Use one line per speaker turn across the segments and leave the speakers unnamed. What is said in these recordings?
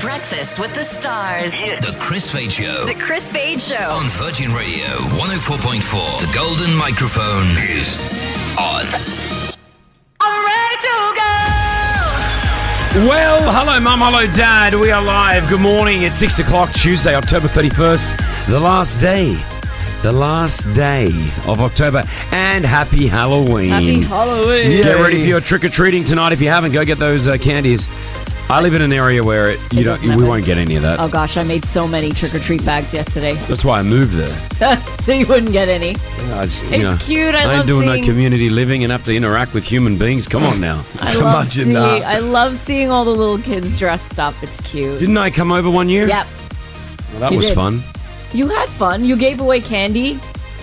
Breakfast with the Stars.
The Chris Fade Show
The Chris Fade Show.
on Virgin Radio 104.4. The golden microphone is on.
I'm ready to go.
Well, hello, Mum. Hello, Dad. We are live. Good morning. It's 6 o'clock, Tuesday, October 31st. The last day. The last day of October. And happy Halloween.
Happy Halloween.
Get ready for your trick or treating tonight. If you haven't, go get those uh, candies. I live in an area where it, you
It
don't,
doesn't
we
happen.
won't get any of that.
Oh gosh, I made so many trick or treat bags yesterday.
That's why I moved there.
so you wouldn't get any.
You know, it's you
It's
know,
cute. I
ain't
love
doing no
seeing-
community living and have to interact with human beings. Come on now.
I love
Imagine
seeing,
that.
I love seeing all the little kids dressed up. It's cute.
Didn't I come over one year?
yep.
Well, that
you
was
did.
fun.
You had fun. You gave away candy.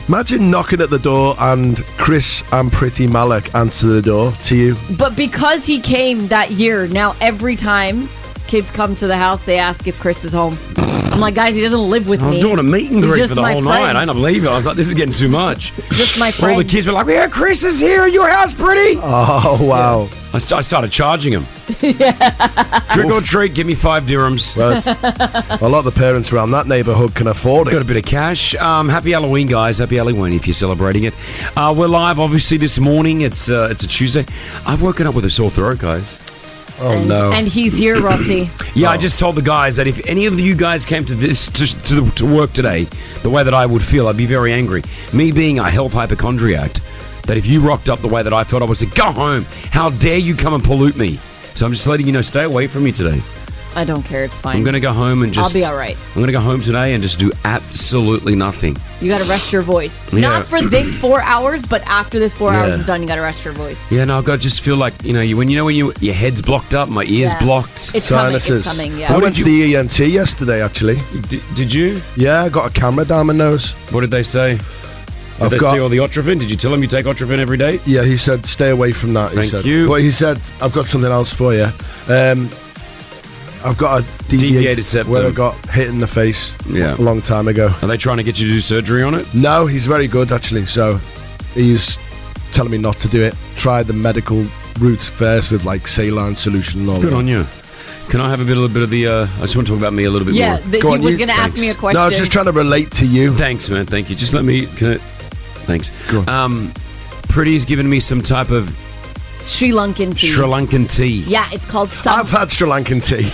Imagine knocking at the door and Chris and Pretty Malik answer the door to you.
But because he came that year, now every time kids come to the house, they ask if Chris is home. I'm like, guys, he doesn't live with
I was
me.
doing a meet and
He's
greet
just
for the
my
whole
friends.
night. I ended up leaving. I was like, this is getting too much.
Just my
All the
friend.
kids were like, yeah, Chris is here at your house, pretty.
Oh, wow.
I, st- I started charging him. Trick or treat, give me five dirhams.
Well, it's- a lot of the parents around that neighbourhood can afford
Got a
it.
bit of cash. Um, happy Halloween, guys. Happy Halloween if you're celebrating it. Uh, we're live, obviously, this morning. It's uh, it's a Tuesday. I've woken up with a sore throat, guys.
Oh,
and,
no.
and he's here, Rossi.
Yeah,
Oh.
I just told the guys that if any of you guys came to this to, to, the, to work today, the way that I would feel, I'd be very angry. Me being a health hypochondriac, that if you rocked up the way that I felt, I would say, "Go home! How dare you come and pollute me!" So I'm just letting you know, stay away from me today.
I don't care. It's fine.
I'm gonna go home and
I'll
just.
be all right.
I'm gonna go home today and just do absolutely nothing.
You got to rest your voice.
Yeah.
Not for this four hours, but after this four
Yeah.
hours is done, you got to rest your voice.
Yeah, no, I've got to just feel like you know, you when you know when you your head's blocked up, my ears
Yeah.
blocked.
It's
Sinuses.
coming. It's coming.
I
Yeah.
What
went
did
to the ENT yesterday, actually.
D- did you?
Yeah, I got a camera down my nose.
What did they say? Did
I've
they
got.
say all the Otrivin? Did you tell them you take Otrivin every day?
yeah, he said, stay away from that. He
Thank
said.
you.
But he said, I've got something else for you. Um, I've got a deviated,
Deviated septum.
where I got hit in the face
Yeah.
a long time ago.
Are they trying to get you to do surgery on it?
No, he's very good actually. So he's telling me not to do it. Try the medical route first with like saline solution and all
Good
that.
on you. Can I have a bit, a bit of the? Uh, I just want to talk about me a little bit
Yeah,
more.
that
Go
he
on,
was
you-
going to ask me a
Thanks.
question.
No, I was just trying to relate to you.
Thanks, man. Thank you. Just let me. Can I, thanks.
Go on.
Um, Pretty's given me some type of
Sri Lankan tea.
Sri Ah. Lankan tea,
yeah, it's called Sam-
I've had Sri Lankan tea.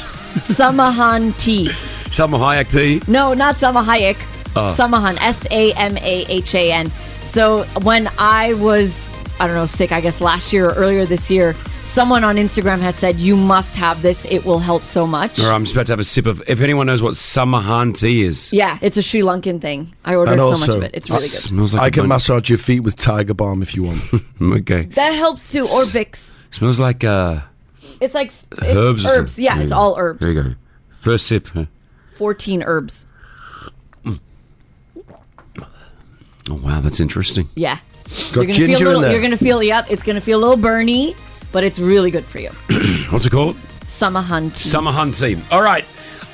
Samahan tea.
Salma Hayek tea.
No, not Samahayek.
Oh.
Samahan. S A M A H A N. So when I was, I don't know, sick, I guess last year or earlier this year, someone on Instagram has said, you must have this. It will help so much.
Or I'm just about to have a sip of. If anyone knows what Samahan tea is,
Yeah, it's a Sri Lankan thing. I ordered
And
so much
also-
of it. It's really good.
smells like
I
a
can
bunch-
massage your feet with tiger balm if you want.
Mm, Okay,
That helps too. Or Vicks.
smells like uh,
It's like s- it's herbs.
herbs. or something.
Yeah,
There
it's
you go.
all
There you
herbs.
go. First sip. huh?
14 herbs.
Oh wow, that's interesting.
Yeah.
Got
gonna
ginger
feel a little,
in there.
You're going to feel, yep, it's going to feel a little burny, but it's really good for you.
What's it called?
Summer hunt.
Summer hunt team. All right.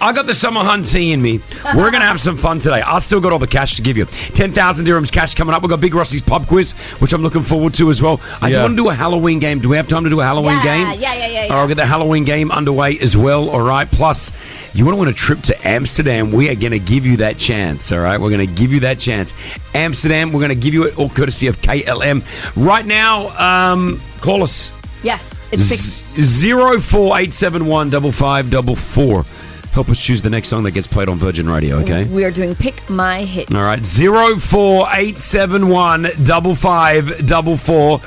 I got the summer hunt tea in me. We're going to have some fun today. I still got all the cash to give you. 10,000 dirhams cash coming up. We've got Big Rossi's pub quiz, which I'm looking forward to as well. I do
Yeah.
want to do a Halloween game. Do we have time to do a Halloween
Yeah,
game? Uh,
yeah, yeah, yeah,
All right, I'll get the Halloween game underway as well. All right. Plus, you want to win a trip to Amsterdam. We are going to give you that chance. All right. We're going to give you that chance. Amsterdam, we're going to give you it all courtesy of KLM. Right now, um, call us
Yes, it's six.
zero four eight seven one double five double four. Help us choose the next song that gets played on Virgin Radio, okay?
We are doing pick my hit.
All right, zero four eight seven one double five double four.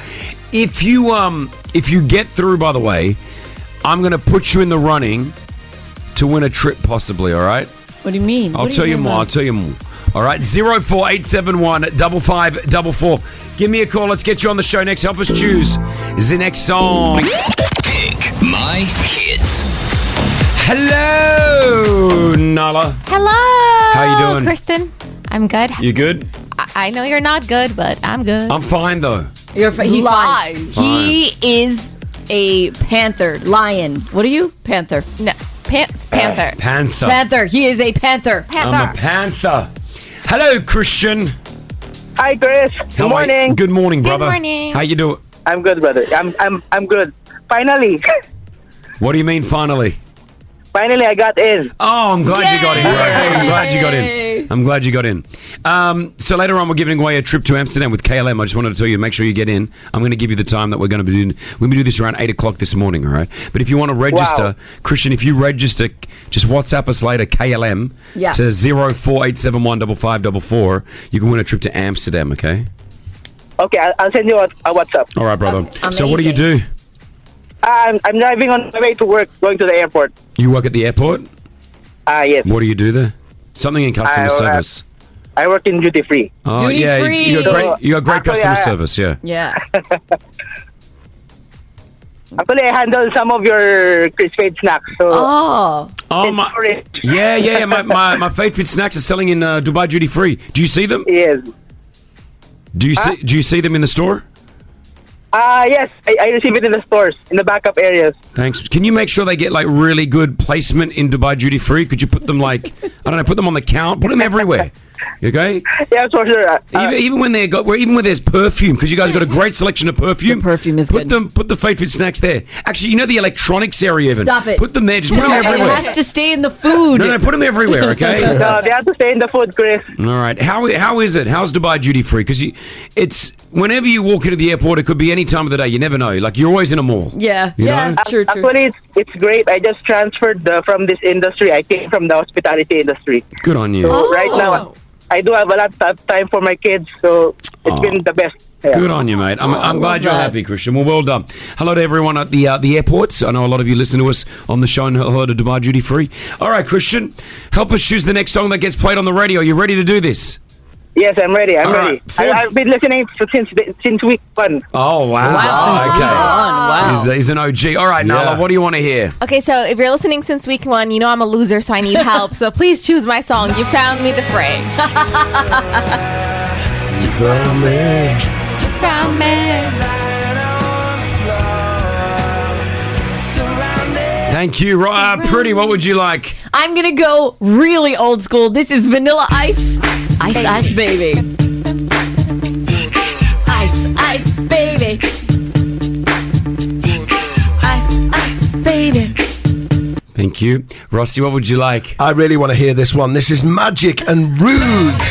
If you um if you get through, by the way, I'm gonna put you in the running to win a trip, possibly. All right,
What do you mean?
I'll
What are
tell you
talking
more. I'll
about?
tell you more. All right, zero four eight seven one double five double four. Give me a call. Let's get you on the show next. Help us choose the next song.
Pick my hits.
Hello, Nala.
Hello.
How you doing?
Kristen? I'm good.
You good?
I, I know you're not good, but I'm good.
I'm fine though.
You're, fi- he's fine.
Lies.
He is a panther, lion. What are you? Panther.
no, pan- Panther.
Panther.
Panther. He is a panther.
I'm a
Panther.
panther. Hello, Christian.
Hi, Chris.
How
Good
are you-
morning.
Good morning,
Good
brother.
morning.
How you doing?
I'm good, brother. I'm I'm I'm good. Finally,
What do you mean? Finally,
Finally, I got in.
Oh, I'm glad you got in. Bro. I'm glad you got in. I'm glad you got in. Um, so later on, we're giving away a trip to Amsterdam with KLM. I just wanted to tell you, make sure you get in. I'm going to give you the time that we're going to be doing. We're going to do this around eight o'clock this morning. All right. But if you want to register,
Wow.
Christian, if you register, just WhatsApp us later KLM
Yeah.
to zero four eight seven one double five double four. You can win a trip to Amsterdam. Okay.
Okay, I'll, I'll send you a, a WhatsApp.
All right, brother.
Um,
so what do you do?
amazing.
I'm, I'm driving on my way to work, going to the airport.
You work at the airport.
Ah, yes.
What do you do there? Something in customer
I work-
service.
I work in duty free.
Oh
Duty
yeah, you-
free.
you got great. You got great
Actually,
customer
I-
service. Yeah.
Yeah.
Actually, I handle some of your crispy snacks. So
Oh,
Oh
It's
my!
orange.
Yeah, yeah, yeah. My, my, my Fate Fit snacks are selling in uh, Dubai duty free. Do you see them?
yes.
Do you see? Do you see them in the store?
Ah, yes. I, I receive it in the stores, in the backup areas.
Thanks. Can you make sure they get like really good placement in Dubai duty free? Could you put them like I don't know, put them on the count, put them everywhere. Okay,
Yeah, for sure. Uh,
even, even when they got, well, even when there's perfume, because you guys got a great selection of perfume.
The perfume is
put
good.
them, put the Fate Fit snacks there. Actually, you know the electronics area, even
Stop it.
Put them there, just put
no,
them
it
everywhere.
has to stay in the food.
No, no, put them everywhere. Okay.
no, they have to stay in the food, Chris.
All right. How how is it? How's Dubai duty free? Because it's whenever you walk into the airport, it could be any time of the day. You never know. Like you're always in a mall.
Yeah.
You
yeah.
know?
Ah, True, true.
Ah, Actually, it's, it's great. I just transferred uh, from this industry. I came from the hospitality industry.
Good on you.
So right
Oh.
now, I do have a lot of time for my kids, so it's
Aw.
been the best. Yeah.
Good on you, mate. I'm, I'm glad you're
that.
happy, Christian. Well, well done. Hello to everyone at the uh, the airports. I know a lot of you listen to us on the show and hello to Dubai Duty Free. All right, Christian, help us choose the next song that gets played on the radio. Are you ready to do this?
Yes, I'm ready. I'm
All
ready.
right.
I, I've been listening f- since the- since week one.
Oh, wow.
Wow, since
okay.
week one, wow.
He's, he's an OG. All right, Nala,
Yeah.
what do you want to hear?
Okay, so if you're listening since week one, you know I'm a loser, so I need help. so please choose my song. You found me the phrase. you found me.
Thank you. Ro- Uh, pretty, what would you like?
I'm gonna go really old school. This is Vanilla Ice, Ice Ice Baby. Ice Ice Baby. Ice Ice Baby.
Thank you. Rossi, what would you like?
I really want to hear this one. This is magic and rude.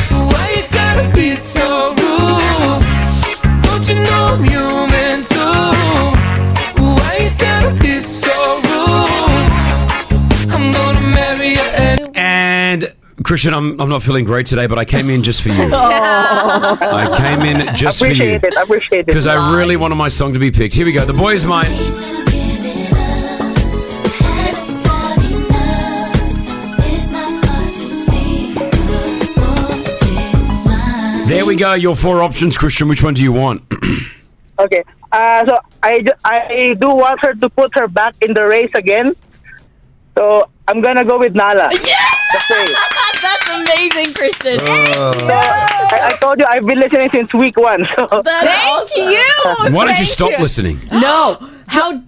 And Christian, I'm, I'm not feeling great today, but I came in just for you. I came in just for you
Oh. Appreciate it. Appreciate
because
it.
I really wanted my song to be picked. Here we go. The boy is mine. There we go. Your four options, Christian. Which one do you want?
Okay. Uh, so I, ju- I do want her to put her back in the race again. So I'm gonna go with Nala. That's it.
That's amazing, Christian.
So I, I told you I've been listening since week one. So
That's
Thank
awesome.
you.
Why don't you
Thank
stop listening?
No, how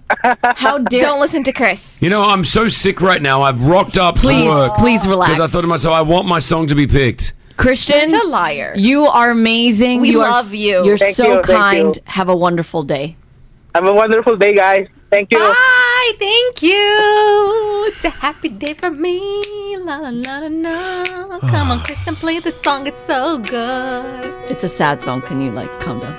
how dare?
Don't listen to Chris.
You know, I'm so sick right now. I've rocked up to
please,
work
please relax,
because I thought to myself, I want my song to be picked.
Christian.
You're a liar.
You are amazing.
We
you are,
love
s-
you.
You're
Thank
so
you, thank
kind.
you.
Have a wonderful day.
have a wonderful day, guys. Thank you.
Bye. Thank you. It's a happy day for me. La la la la la. Come on, Kristen, play the song. It's so good.
It's a sad song. Can you like calm down?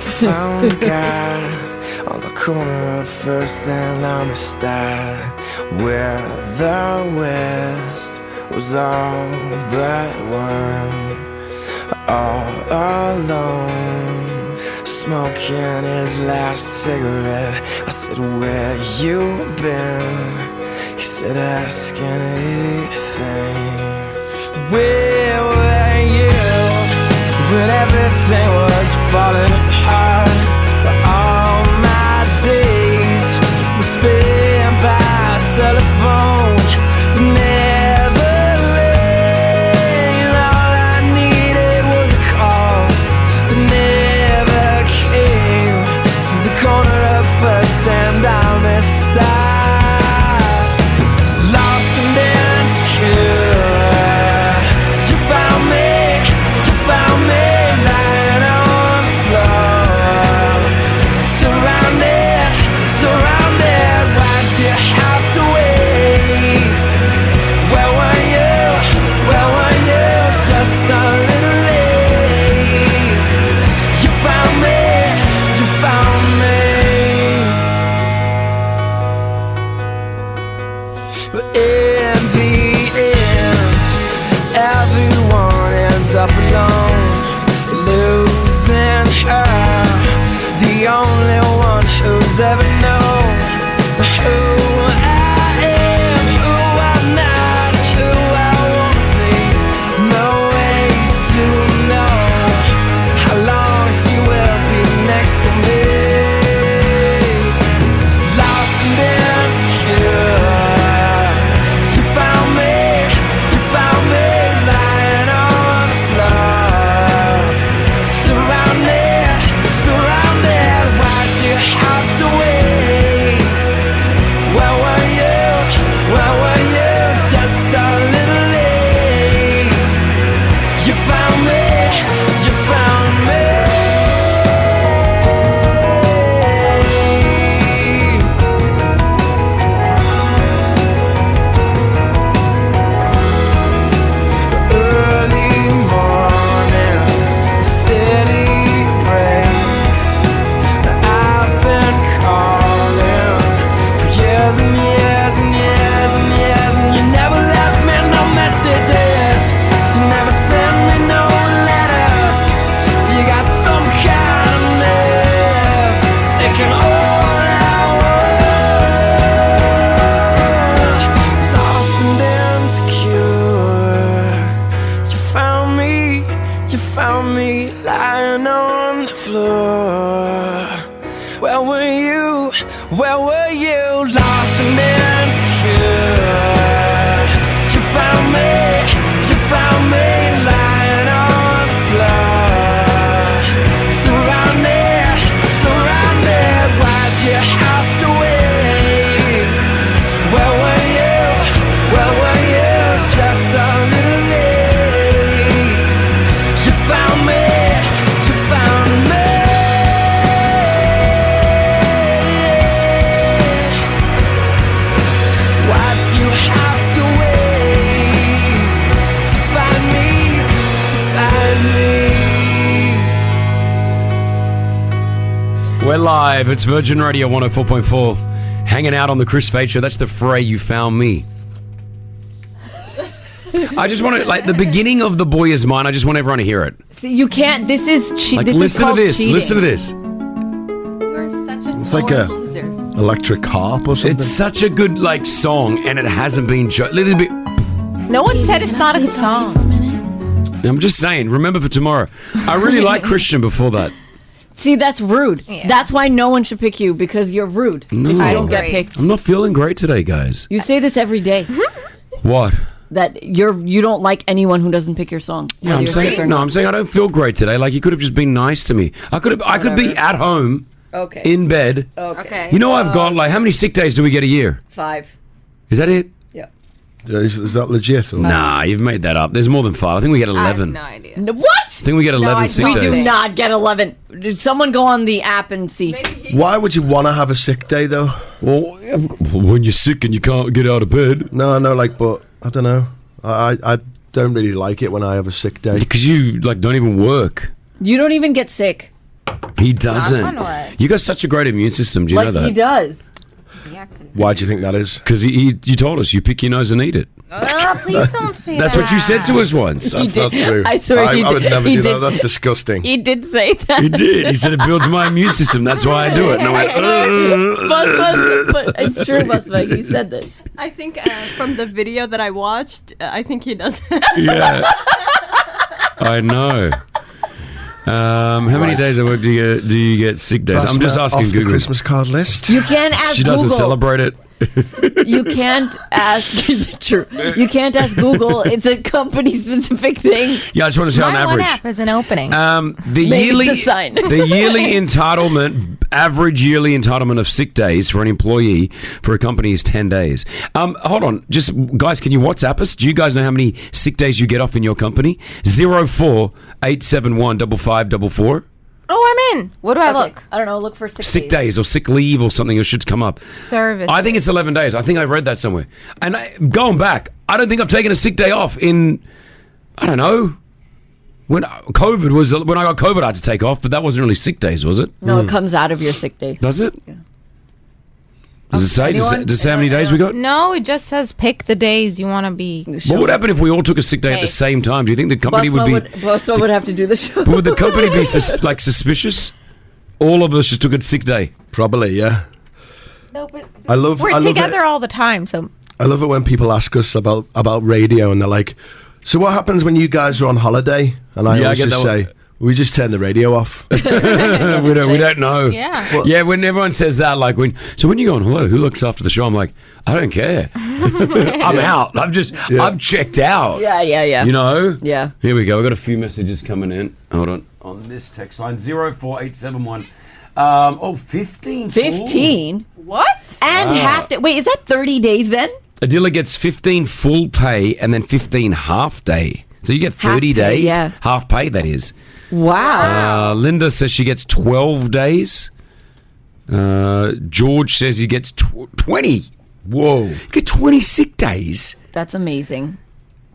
found God on the corner of First and Amistad, where the West was all but one, all alone, smoking his last cigarette. I said, Where you been? He said, Ask anything. Where were you when everything was falling apart? Where all my days were spent by telephone that never rang. All I needed was a call that never came to the corner of First and Amistad. Lost and insecure. You found me, you found me lying on the floor. in the end, everyone ends up alone, losing her, the only one who's ever known who I am, who I'm not, who I won't be. No way to know how long she will be next to me. Lost and insecure. You found me, you found me lying on the floor. Surrounded, surrounded, why'd you have to wait? Where were you? Where were you? Just a little late. You found me, you found me. Early morning, the city breaks. I've been calling for years and years and years and years, and you never left me no messages. You never sent me no letters. You got some kind of nerve taking all our lost and insecure. You found me, you found me lying on the floor. Where were you? Where were you? Lost and insecure. You found me, you found me lying on the floor. Surrounded, surrounded. Why'd you have to wait? Where were you? Where were you? Just a little late. You found me. You found me. Why'd you have to wait to find me? To find me.
We're live. It's Virgin Radio 104.4. Hanging out on the Chris Fade Show. That's the fray you found me. I just want to, like, the beginning of The Boy Is Mine, I just want everyone to hear it.
See, you can't. This is cheating.
Like,
this is
listen to
called
this.
Cheating.
Listen to this.
You're such a
It's like
sore
a-
loser.
Electric harp or something.
It's such a good, like, song, and it hasn't been. Jo- little bit.
No one said it's not a good song.
I'm just saying, remember for tomorrow. I really like Christian before that.
See, that's rude. That's why no one should pick you because you're rude.
No.
If you don't get
Agree.
picked,
I'm not feeling great today, guys.
you say this every day
Mm-hmm.
What?
that you're you don't like anyone who doesn't pick your song.
Yeah,
whether
I'm
you're sick or
saying no.
not.
I'm saying I don't feel great today. Like you could have just been nice to me. I could have. I could be at home
Okay. Um,
in bed.
Okay.
You know, I've got like how many sick days do we get a year?
Five.
Is that it?
Is, is that legit?
Um,
Or?
Nah, you've made that up. There's more than five. I think we get
I have
eleven.
no
I
idea.
What?
think we get eleven
I
sick
We
don't
days.
do
Days.
not get 11. Did someone go on the app and see?
Why would you want to have a sick day though?
Well, when you're sick and you can't get out of bed
No, I know, like, but I don't know. I I I don't really like it when I have a sick day.
because you like don't even work.
You don't even get sick
He doesn't.
on wood.
You got such a great immune system. Do you
like
know
he
that?
does.
Yeah, 'cause-
Why do you think that is?
Because he, he, you told us you pick your nose and eat it.
Oh, please don't say
That's
that.
what you said to us once.
That's
did.
not true.
I swear
I,
he
I would
did.
never
He
do that.
did.
That's disgusting.
He did say that.
He did. He said it builds my immune system. That's why I do it. And I went, "Ugh."
Buzz, buzz, but it's true, Busba. You said this.
I think uh, from the video that I watched, uh, I think he does.
yeah. I know. Um, how many
Right.
days of work do you get, do you get sick days?
That's
I'm just
not
asking
off the
Google.
Christmas card list.
You can't ask
She doesn't
Google.
celebrate it.
You can't ask. true. You can't ask Google. It's a company specific thing.
Yeah, I just want to say on
My one
average.
app is an opening.
Um, the
Maybe
yearly
it's a sign.
the yearly entitlement average yearly entitlement of sick days for an employee for a company is 10 days. Um, hold on. Just guys, can you WhatsApp us? Do you guys know how many sick days you get off in your company? 04871 5544.
oh, I'm in. What do I look?
I don't know. Look for sick,
Sick days or sick leave or something it should come up.
Service.
I think it's 11 days. I think I read that somewhere. And I, going back, I don't think I've taken a sick day off in, I don't know. When I- COVID was, when I got COVID, I had to take off, but that wasn't really sick days, was it?
No, it comes out of your sick day.
Does it? Does it say? Does it, does it say how many days we got?
No, it just says pick the days you want to be.
What would happen if we all took a sick day at
Hey.
the same time? Do you think the company would
Bosma
be?
would, Bosma would have to do the show.
But would the company be sus- like suspicious? All of us just took a sick day.
Probably, yeah. I love.
We're
I love
together
It.
all the time, so
I love it when people ask us about about radio, and they're like, "So what happens when you guys are on holiday?" And I
Yeah, I
always
get
just
that one.
say, "We just turn the radio off."
we don't. We don't know.
Yeah. Well-
yeah. When everyone says that, like when so when you go on hello, who looks after the show? I'm like, I don't care. I'm
Yeah.
out. I'm just. I've checked out.
Yeah, yeah, yeah.
You know.
Yeah.
Here we go. I got a few messages coming in. Hold on. On this text line zero four eight seven one. Um. Oh, 15.
15? What? And
Wow.
half day. Wait, is that 30 days then?
A dealer gets 15 full pay and then 15 half day. So you get 30
pay,
days,
yeah.
half pay that is.
Wow.
Uh, Linda says she gets 12 days. Uh, George says he gets tw- 20. Whoa. You get 20 sick days.
That's amazing.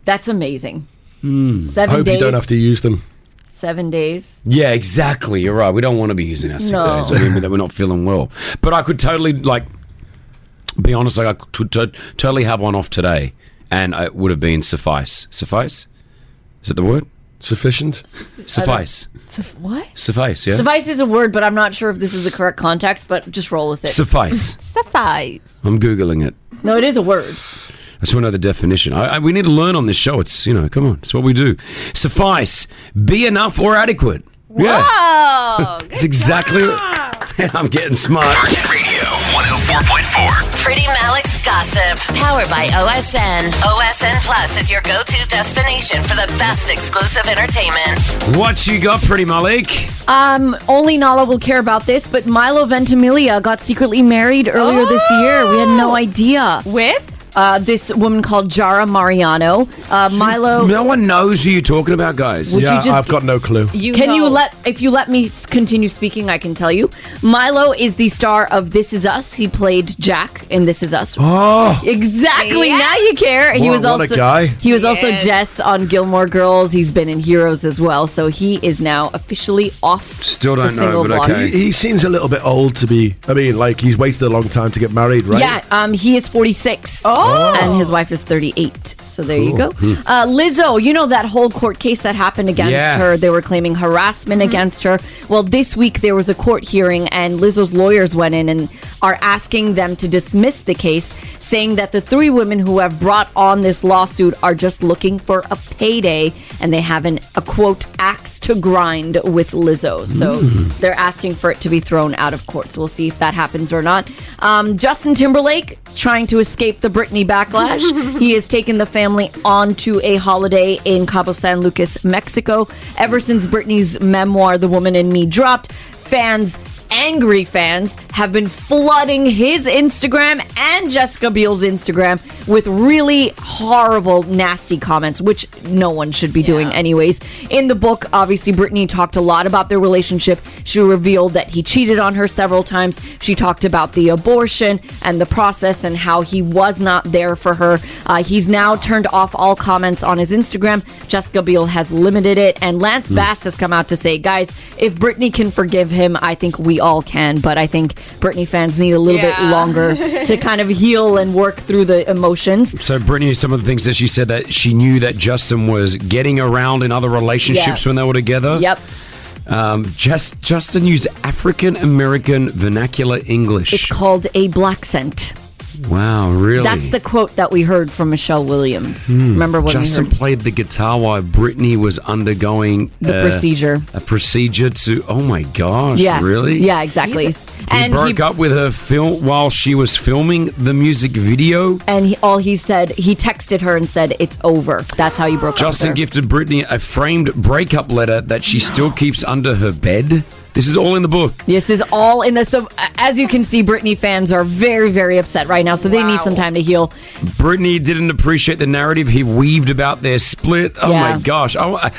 That's amazing.
Hmm.
Seven
Hope
days.
you don't have to use them.
Seven days.
Yeah, exactly. You're right. We don't want to be using our sick
No.
days. I mean, that we're not feeling well. But I could totally, like, be honest, like, I could to- to- totally have one off today and it would have been suffice. Suffice? Is that the word?
Sufficient?
Suffice.
Suf- what?
Suffice, yeah?
Suffice is a word, but I'm not sure if this is the correct context, but just roll with it.
Suffice.
Suffice.
I'm Googling it.
No, it is a word.
I just want to know the definition. I, I, we need to learn on this show. It's, you know, come on. It's what we do. Suffice. Be enough or adequate.
Whoa,
it's exactly. I'm getting smart.
Pretty Malik's Gossip. Powered by OSN. OSN Plus is your go to destination for the best exclusive entertainment.
What you got, Pretty Malik?
Um, only Nala will care about this, but Milo Ventimiglia got secretly married earlier this year. We had no idea. Oh! With? Uh, this woman called Jara Mariano. Uh, Milo.
No one knows who you're talking about, guys.
Would you Yeah, just- I've
got no clue.
can you let if you let me s- continue speaking i can tell you milo is the star of this is us he played jack in this is us
oh
exactly
Yes.
now you care and he
What-
was
what
also
a guy.
he was also
Yes.
jess on gilmore girls he's been in heroes as well so he is now officially off
Still
the single block.
He, he seems a little bit old to be. I mean, like he's waited a long time to get married, right?
Yeah, um, he is 46. Oh. And his wife is 38. So there you
Cool.
go.
Hmm.
Uh, Lizzo, you know that whole court case that happened against
Yeah.
her. They were claiming harassment against her. Well, this week there was a court hearing, and Lizzo's lawyers went in and are asking them to dismiss the case, saying that the three women who have brought on this lawsuit are just looking for a payday and they have an, a quote, axe to grind with Lizzo. So
Mm.
they're asking for it to be thrown out of court. So we'll see if that happens or not. Um, Justin Timberlake trying to escape the Britney backlash. he has taken the family on to a holiday in Cabo San Lucas, Mexico. Ever since Britney's memoir, The Woman in Me, dropped, fans. Angry fans have been flooding his Instagram and Jessica Biel's Instagram with really horrible, nasty comments, which no one should be doing anyways. In the book, obviously, Brittany talked a lot about their relationship. She revealed that he cheated on her several times. She talked about the abortion and the process and how he was not there for her. Uh, he's now turned off all comments on his Instagram. Jessica Biel has limited it. And Lance
Hmm.
Mm.
Bass has come out to say, guys, if Brittany can forgive him, I think we all can. But I think Britney fans need a little
Yeah.
bit longer to kind of heal and work through the emotions.
So, Brittany, some of the things that she said that she knew that Justin was getting around in other relationships
Yeah.
when they were together.
Yep.
Um, just Justin used African American vernacular English.
It's called a black scent.
wow, really?
That's the quote that we heard from Michelle Williams.
Hmm.
Remember when
Justin
we heard?
played the guitar while Britney was undergoing uh,
The procedure.
A procedure to oh my gosh,
yeah,
really?
Yeah, exactly.
He
And
broke
he,
up with her film while she was filming the music video.
and he, all he said, he texted her and said, "It's over." That's how you broke
Justin
up. with her.
gifted Britney a framed breakup letter that she still keeps under her bed. This is all in the book.
This is all in the so uh, as you can see, Britney fans are very very upset right now, so they need some time to heal.
Britney didn't appreciate the narrative he weaved about their split. Oh
Yeah.
my gosh. I, want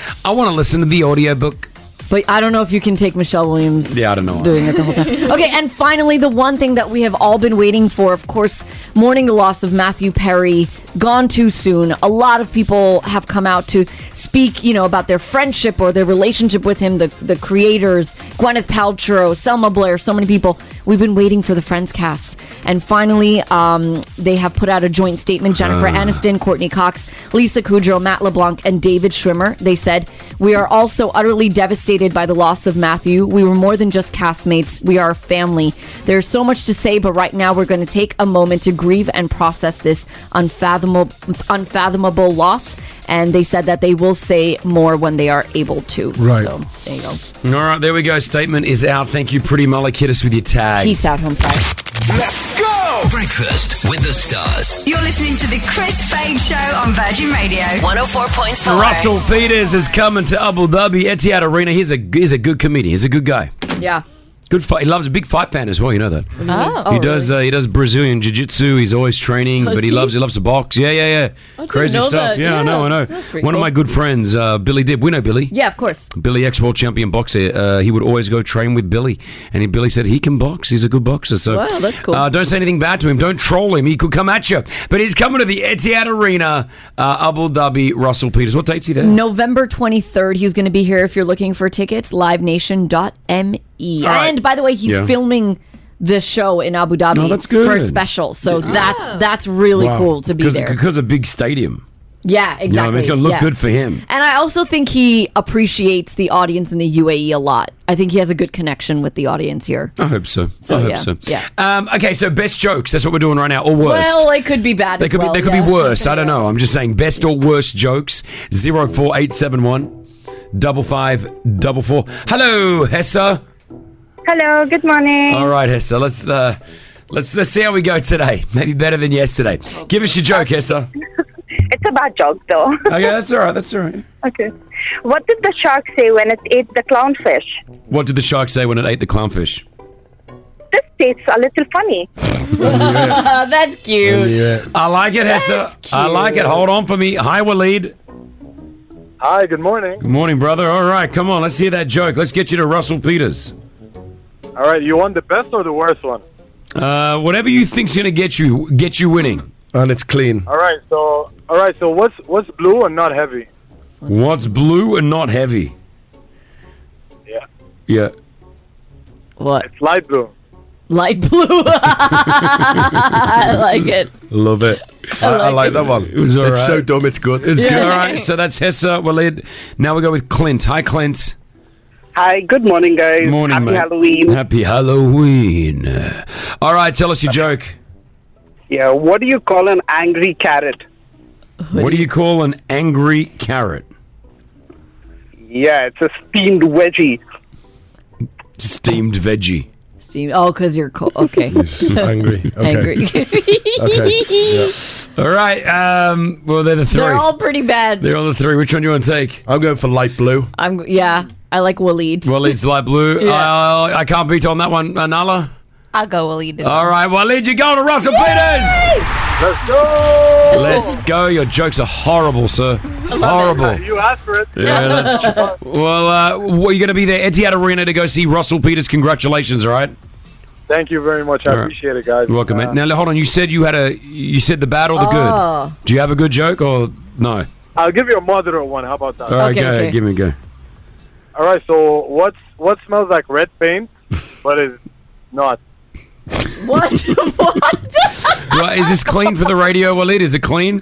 to listen to the audiobook.
But I don't know if you can take Michelle Williams.
Yeah, I don't know.
Doing it the whole time. okay, and finally, the one thing that we have all been waiting for, of course, mourning the loss of Matthew Perry, gone too soon. A lot of people have come out to speak, you know, about their friendship or their relationship with him, the, the creators, Gwyneth Paltrow, Selma Blair, so many people. We've been waiting for the Friends cast, and finally, um, they have put out a joint statement. Jennifer
Ah.
Aniston, Courtney Cox, Lisa Kudrow, Matt LeBlanc, and David Schwimmer. They said, "We are also utterly devastated by the loss of Matthew. We were more than just castmates. We are a family. There's so much to say, but right now, we're going to take a moment to grieve and process this unfathomable, unfathomable loss." And they said that they will say more when they are able to.
Right.
So there you go.
All right, there we go. Statement is out. Thank you, Pretty Mullah. Hit us with your tag.
Peace out, home fries.
Let's go! Breakfast with the stars.
You're listening to the Chris Fade Show on Virgin Radio 104.4.
Russell Peters is coming to Abu Dhabi Etihad Arena. He's a he's a good comedian. He's a good guy.
Yeah.
Good fight. He loves a big fight fan as well. You know that.
do you mean? Oh.
he
Oh,
does. Uh, he does Brazilian jiu jitsu. He's always training,
Does
but he,
he?
loves. He loves to box. Yeah, yeah, yeah.
didn't
Crazy
know that.
stuff. Yeah, I know.
Yeah,
I know.
that's
One
pretty
of my good friends, uh, Billy Dibb. We know Billy.
Yeah, of course.
Billy, ex world champion boxer, uh, he would always go train with Billy, and he, Billy said he can box. He's a good boxer. So
Wow, that's cool.
Uh, don't say anything bad to him. Don't troll him. He could come at you. But he's coming to the Etihad Arena, uh, Abu Dhabi. Russell Peters. What date's he there?
November 23rd, he's going to be here if you're looking for tickets, livenation.me.
All right.
E. And by the way, he's
Yeah.
filming the show in Abu Dhabi
Oh, that's good.
for a special. So that's that's really cool to be there.
because a big stadium.
Yeah, exactly.
You know what I mean? It's going to look
yeah.
good for him.
And I also think he appreciates the audience in the UAE a lot. I think he has a good connection with the audience here.
I hope so.
So,
I hope
yeah,
so.
yeah.
Um, okay, so best jokes. That's what we're doing right now, or worst.
Well, it could be bad.
They
as
could
well,
be they could
yeah.
be worse. I don't know. I'm just saying best or worst jokes. Zero four eight seven one double five double four. Hello, Hessa.
Hello, good morning.
All right, Hessa. Let's uh, let's let's see how we go today. Maybe better than yesterday. Give us your joke, Hessa.
It's a bad joke, though.
Okay, that's all right. That's all right.
okay. What did the shark say when it ate the clownfish?
What did the shark say when it ate the clownfish?
This tastes a little funny.
That's cute.
I like it, Hessa. I like it. Hold on for me. Hi, Waleed.
Hi, good morning.
Good morning, brother. All right, come on. Let's hear that joke. Let's get you to Russell Peters.
All right, you want the best or the worst one?
Uh, whatever you think's gonna get you get you winning.
And it's clean.
All right, so all right, so what's what's blue and not heavy?
What's blue and not heavy?
Yeah.
Yeah.
What?
It's light blue.
Light blue. I like it.
Love it. I, I like that one. It
was all
It's so
right.
dumb. It's good.
It's good. All right. So that's Hessa Walid. Now we go with Clint. Hi, Clint.
Hi, good morning, guys.
Morning,
Happy
mate.
Halloween.
Happy Halloween. All right. Tell us your joke.
Yeah, what do you call an angry carrot?
What do you call an angry carrot?
Yeah, it's a steamed wedgie.
Steamed veggie.
Steam. Oh, because you're cold. Okay.
angry. Okay.
Angry.
All right. Um, well, they're the three.
They're all pretty bad.
They're all the three. Which one do you want to take? I'm going for light blue.
I'm yeah. I like Waleed.
Walid's light blue.
Yeah.
Uh, I can't beat on that one. Uh, Nala?
I'll go. We'll eat it.
All right. Walid, you go to Russell
Let's go.
Peters. Let's go. Your jokes are horrible, sir. Horrible.
You asked for it.
Yeah, that's true. Well, uh, well, you're going to be there, Etihad Arena, to go see Russell Peters. Congratulations, all right?
Thank you very much. I
All right.
appreciate it, guys.
You're welcome,
Uh,
man. Now, hold on. You said you had a, you said the bad or the
Oh.
good. Do you have a good joke or no?
uh, I'll give you a moderate one. How about that?
All right, go ahead. Give me a go.
All right, so what's what smells like red paint, but is not?
What?
Right, is this clean for the radio, Walid? Is it clean?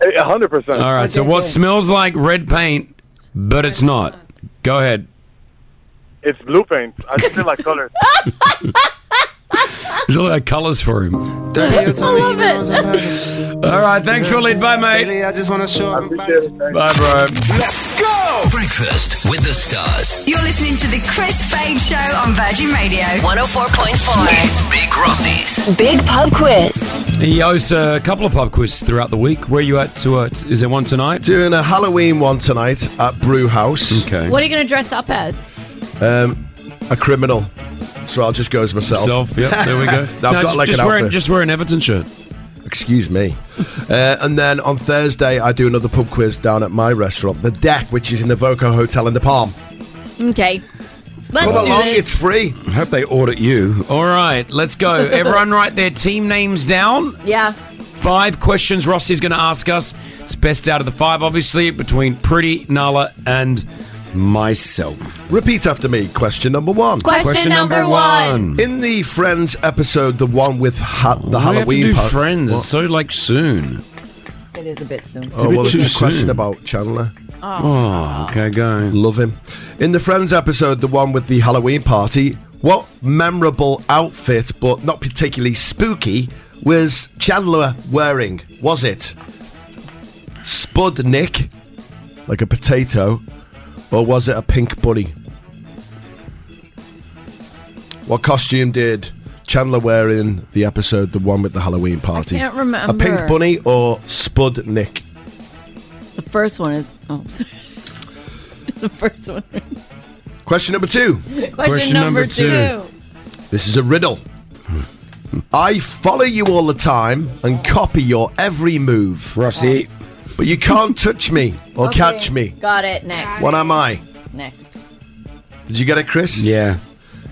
A hundred percent.
All right. so, what smells like red paint, but it's not? Go ahead.
It's blue paint. I still like colors.
There's all that colors for him. All right. Thanks, Walid. Bye, mate.
I just want to show
Bye, bro.
Let's go!
Breakfast with the stars.
You're listening to the Chris Fade Show on Virgin Radio 104.4.
It's Big Rossies.
Big Pub Quiz.
Yo, sir, a couple of pub quizzes throughout the week. Where you at? To uh, is there one tonight?
Doing a Halloween one tonight at Brew House.
Okay.
What are you going to dress up as?
Um, a criminal. So I'll just go as myself.
Self, yep, there we go.
Now,
No,
I've got
just-
like
just
an
wear-
outfit.
just wear an Everton shirt.
Excuse me. uh, and then on Thursday, I do another pub quiz down at my restaurant, The Deck, which is in the Voco Hotel in the Palm.
Okay. Let's
Come
do
along,
this.
it's free.
I hope they audit you. All right, let's go. Everyone, write their team names down.
Yeah.
Five questions Rossi's going to ask us. It's best out of the five, obviously, between Pretty, Nala, and myself.
Repeat after me. Question number one.
Question Question number number one. one.
In the Friends episode, the one with ha-
Why do we
the
have to
Halloween
do
part-
Friends?
What?
It's so like soon.
It is a bit soon.
Oh, well,
Too
it's a question
soon.
about Chandler.
Oh. okay, go.
Love him. In the Friends episode, the one with the Halloween party, what memorable outfit, but not particularly spooky, was Chandler wearing? Was it Spud Nick, like a potato, or was it a pink bunny? What costume did Chandler wear in the episode, the one with the Halloween party?
can't
A pink
remember.
bunny or Spud Nick?
The first one is. Oh, sorry. the first one.
Question number two.
Question Question number number two. two.
This is a riddle. I follow you all the time and copy your every move.
Rossi.
But you can't touch me or catch me.
Got it. Next.
What am I?
Next.
Did you get it, Chris?
Yeah.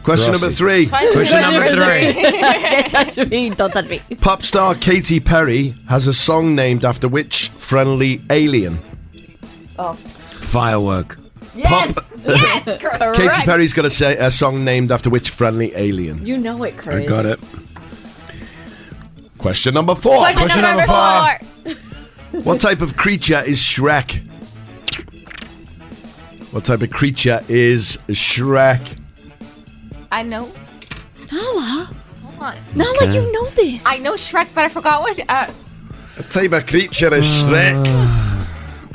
Question
Rossi.
number three.
Don't touch me. Don't touch me.
Pop star Katy Perry has a song named after which friendly alien?
Oh.
Firework.
Yes. Yes. Correct.
Katy Perry's got a, say, a song named after which friendly alien?
You know it, Chris.
it. Question number four. What type of creature is Shrek? What type of creature is Shrek?
I know.
Nala.
Hold on.
Nala,
Okay.
you know this.
I know Shrek, but I forgot what. Uh,
What type of creature is Shrek?
Ah.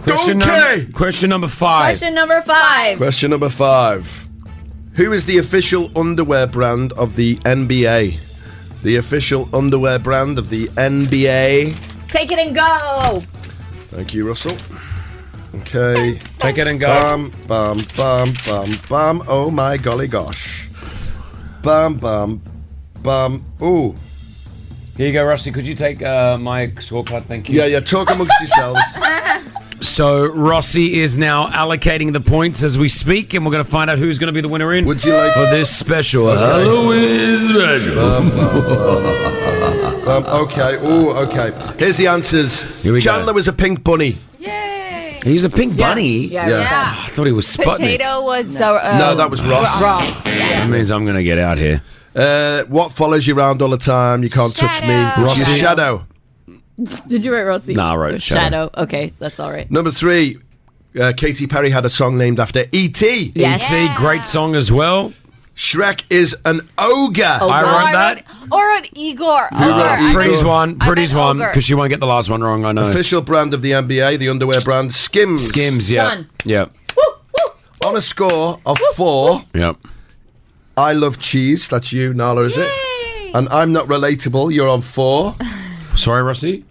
Question, num-
Donkey!
question number five.
Question number five.
Question number five. Who is the official underwear brand of the NBA? The official underwear brand of the NBA.
Take it and go.
Thank you, Russell. Okay.
Take it and go.
Bum, bum, bum, bum, bum. Oh my golly gosh. Bum, bum, bum. Ooh.
Here you go, Rusty. Could you take uh, my scorecard? Thank you.
Yeah, yeah, talk amongst yourselves.
So Rossi is now allocating the points as we speak, and we're going to find out who's going to be the winner in. Would
you like
for this special Halloween special?
Um, okay. Ooh, okay. Here's the answers.
we go.
Chandler was a pink bunny.
He's a pink
Yeah.
bunny. Ah,
Yeah, Yeah. yeah.
I thought he was Sputnik.
potato was. No. Uh,
no, that was Ross.
Ross.
That means I'm going to get out here.
Uh, what follows you around all the time? You can't touch me. Ross
Shadow.
Shadow.
Did you write Rossi?
Nah, I wrote Shadow.
Shadow. Okay, that's all right.
Number three, uh, Katy Perry had a song named after E E.T.
Yes.
E.T., E great song as well.
Shrek is an ogre.
I wrote that.
Or an Igor. or,
Uh,
I meant-
pretty's one.
I
Pretty's
meant
one.
ogre.
Because she won't get the last one wrong, I know.
Official brand of the NBA, the underwear brand, Skims.
Skims, yeah. Done. Yeah.
On a score of four,
Yep.
I love cheese. That's you, Nala, is it? And I'm not relatable. You're on four.
Sorry, Rossi.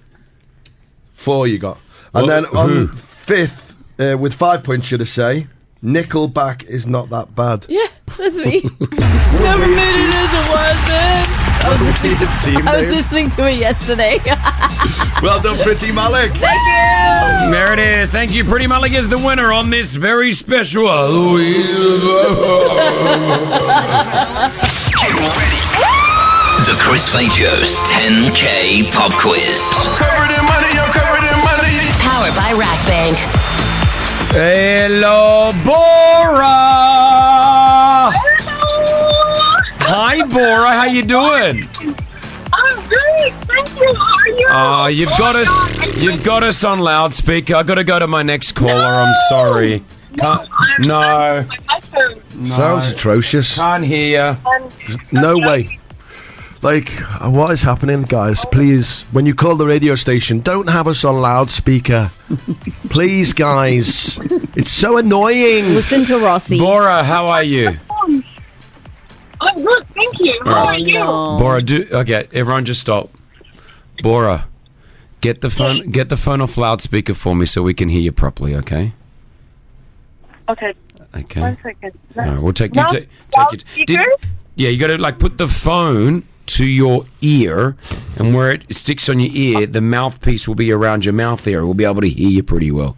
Four you got.
Well,
And then on
who?
fifth, uh, with five points, should I say, Nickelback is not that bad.
Yeah, that's me. Never made it as a word, man. I was listening to,
Team
I was
name.
listening to it yesterday.
Well done, Pretty Malik.
Thank you.
There it is. Thank you. Pretty Mullig is the winner on this very special uh, Halloween.
The Chris Fade Show's 10K Pop Quiz.
Covered in money, I'm covered in money.
Powered by Rack Bank.
Hello, Bora. Hi, Bora. How you doing?
I'm great, thank you. How are you?
Oh, you've got us. You've got us on loudspeaker. I got to go to my next caller. I'm sorry. Can't, no, no.
Sounds atrocious.
Can't hear.
No way. Like, uh, what is happening, guys? Please, when you call the radio station, don't have us on loudspeaker. Please, guys. It's so annoying.
Listen to Rossi.
Bora, how are you?
I'm good, thank you.
All
How
right.
are you?
Bora, do okay. Everyone, just stop. Bora, get the phone. Get the phone off loudspeaker for me so we can hear you properly. Okay.
Okay.
Okay.
One second.
All right, Uh, we'll take you.
Now-
ta- take you. Did, yeah, you got to like put the phone to your ear, and where it sticks on your ear, the mouthpiece will be around your mouth area. We'll be able to hear you pretty well.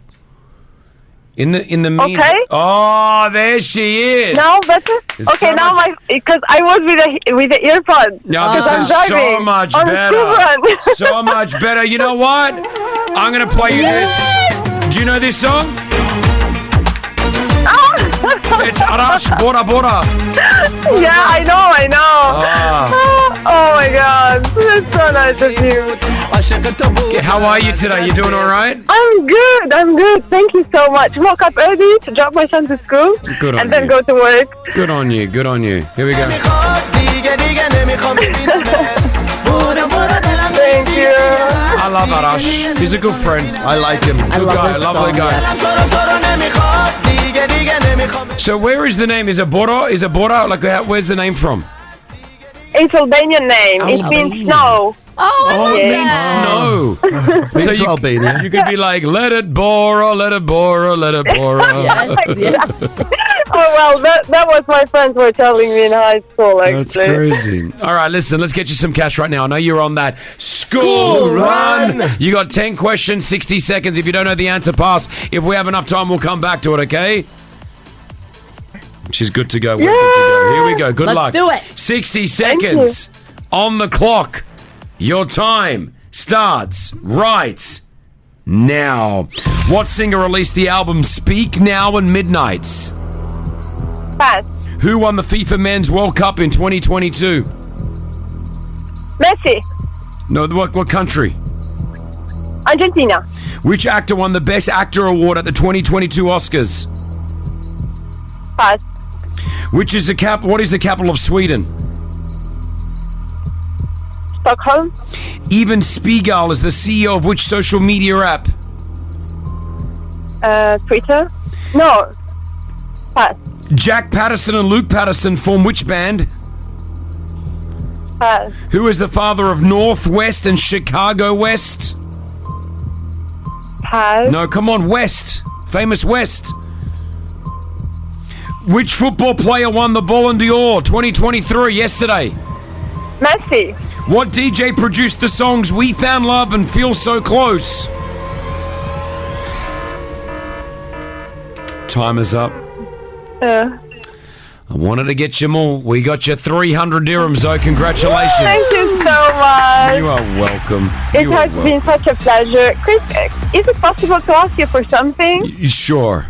In the in the mean.
Okay.
Oh, there she is.
Now better.
It's
okay,
so
now
much-
my because I was with the with the earphones.
No, this
'cause I'm
is so
driving.
much
I'm
better. so much better. You know what? I'm gonna play you this. Do you know this song?
Ah!
it's Arash Bora Bora.
yeah, I know, I know.
Ah.
Oh my god, that's so nice of you.
Okay, how are you today? You doing all right?
I'm good, I'm good. Thank you so much. Woke up early to drop my son to school
Good on
and then
you.
go to work.
Good on you. Good on you. Here we go.
Thank you.
I love Arash. He's a good friend.
I like him.
Good guy. Lovely guy. So where is the name? Is it Bora? Is it Bora? Like how- where's the name from?
It's Albanian name. it means snow.
Oh,
I love
Snow. Oh. so
It's
you,
Albania.
you could be like, let it Bora, let it Bora, let it Bora.
Yes, yes. oh well, that, that was my friends were telling me in high school. Actually,
That's crazy. All right, listen, let's get you some cash right now. I know you're on that school,
School
run.
run.
You got 10 questions, 60 seconds. If you don't know the answer, pass. If we have enough time, we'll come back to it, okay? She's good to go. We're good to go. Here we go. Good
Let's
luck.
do it.
60 seconds on the clock. Your time starts right now. What singer released the album Speak Now and Midnights?
Pass.
Who won the FIFA Men's World Cup in 2022?
Messi,
No, what, what country?
Argentina,
Which actor won the Best Actor Award at the 2022 Oscars?
pass.
Which is the cap? What is the capital of Sweden?
Stockholm,
Even Spiegel is the CEO of which social media app?
uh, Twitter. No, pass,
Jack Patterson and Luke Patterson form which band?
pass.
Who is the father of Northwest and Chicago West?
Pass.
No, come on, West. Famous West. Which football player won the Ballon d'Or 2023 yesterday?
Messi,
What DJ produced the songs We Found Love and Feel So Close? Time is up.
uh,
I wanted to get you more. We got you 300 dirhams, though. Congratulations.
thank you so much.
You are welcome.
It
you
has
are
been such a pleasure. Chris,
uh,
is it possible to ask you for something?
been. Sure.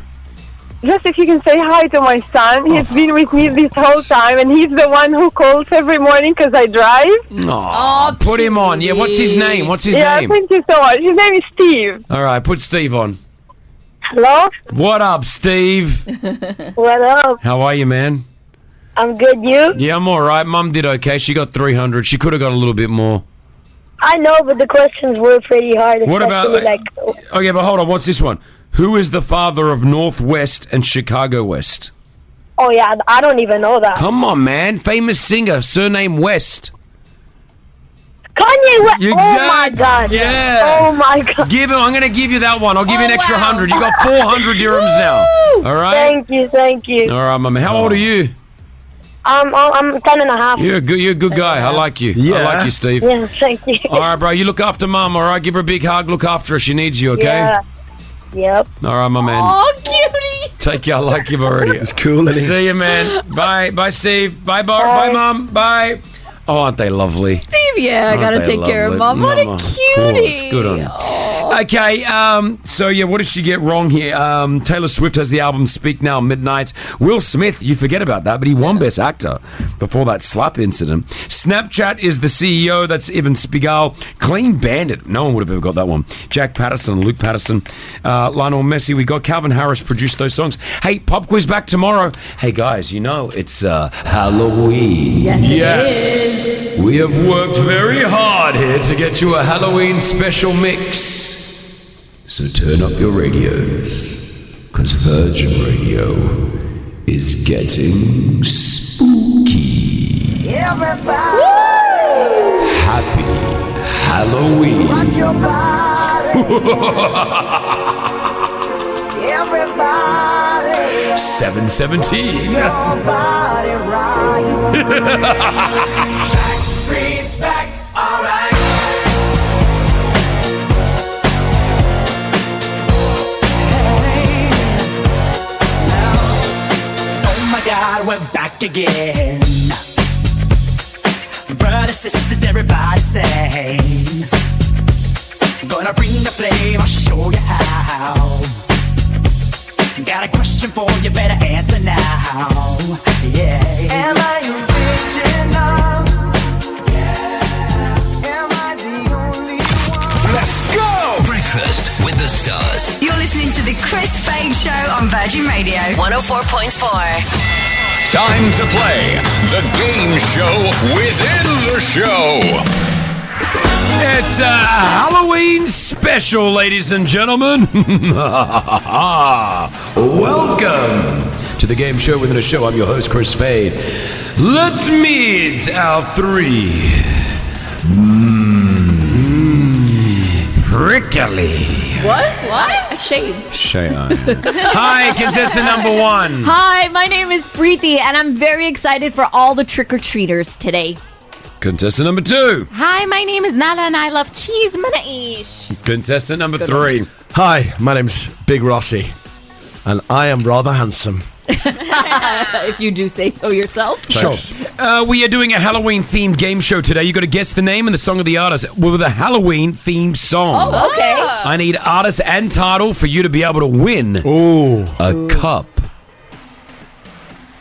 Just if you can say hi to my son. He's been with me this whole time, and he's the one who calls every morning because I drive.
Aw, put him on. Yeah, what's his name? What's his
yeah,
name?
thank you so much. His name is Steve.
All right, put Steve on.
Hello?
What up, Steve?
what up?
How are you, man?
I'm good, you?
Yeah, I'm all right. Mum did okay. She got 300. She could have got a little bit more.
I know, but the questions were pretty hard.
What about,
especially, like, oh.
Okay, but hold on. What's this one? Who is the father of Northwest and Chicago West?
oh yeah, I don't even know that.
Come on, man. Famous singer, surname West.
Kanye West. Oh my
Exact-
god.
Yeah.
Oh my god. Oh,
Give him. I'm going to give you that one. I'll give you an extra hundred. You got 400 dirhams now. All right.
Thank you, thank you.
All right, mama. How old are you?
Um, oh, I'm ten and a half.
You're a good. You're a good guy. I like you. I like you, Steve.
Yeah, thank you.
All right, bro. You look after mom. All right. Give her a big hug. Look after her. She needs you. Okay.
Yeah. Yep. Oh.
All right, my man.
oh,
cutie.
Take you. I like you already. It's
cool.
See you, man. Bye. Bye, Steve. Bye, Bar. Bye, mom. Bye. Oh, aren't they lovely?
Steve, yeah, I
Aren't
gotta
they
take care of
lovely?
mom. What
Mama,
a
of
cutie.
course, good on her. Okay, um, so yeah, what did she get wrong here? Um, Taylor Swift has the album Speak Now Midnight. Will Smith, you forget about that, but he won Best Actor before that slap incident. Snapchat is the CEO, that's Evan Spiegel. Clean Bandit, no one would have ever got that one. Jack Patterson, Luke Patterson, uh, Lionel Messi, we got Calvin Harris produced those songs. Hey, Pop Quiz back tomorrow. Hey guys, you know, it's uh, Halloween.
Yes, it
yes. We have worked very hard here to get you a Halloween special mix. So turn up your radios, because Virgin Radio is getting spooky. Happy Halloween.
Everybody.
717.
back streets back, alright.
Oh my God, we're back again. Brothers, sisters, everybody sing. Gonna bring the flame, I'll show you how.
Got a question for you, better answer now. Yeah. Am I original?
Let's go! Breakfast with the stars.
You're listening to the Chris Fade Show on Virgin Radio 104.4.
Time to play the game show within the show.
It's a Halloween special, ladies and gentlemen. Welcome to the game show within a show. I'm your host, Chris Fade. Let's meet our three mm, prickly.
What? What? Shaved.
Shayan. Hi, contestant number one.
Hi, my name is Preeti, and I'm very excited for all the trick or treaters today.
Contestant number two.
Hi, my name is Nala and I love cheese. Manaish.
Contestant number three.
Hi, my name's Big Rossi, and I am rather handsome.
if you do say so yourself.
Sure. Uh, we are doing a Halloween themed game show today. you got to guess the name and the song of the artist with a Halloween themed song.
Oh, okay.
I need artist and title for you to be able to win a cup.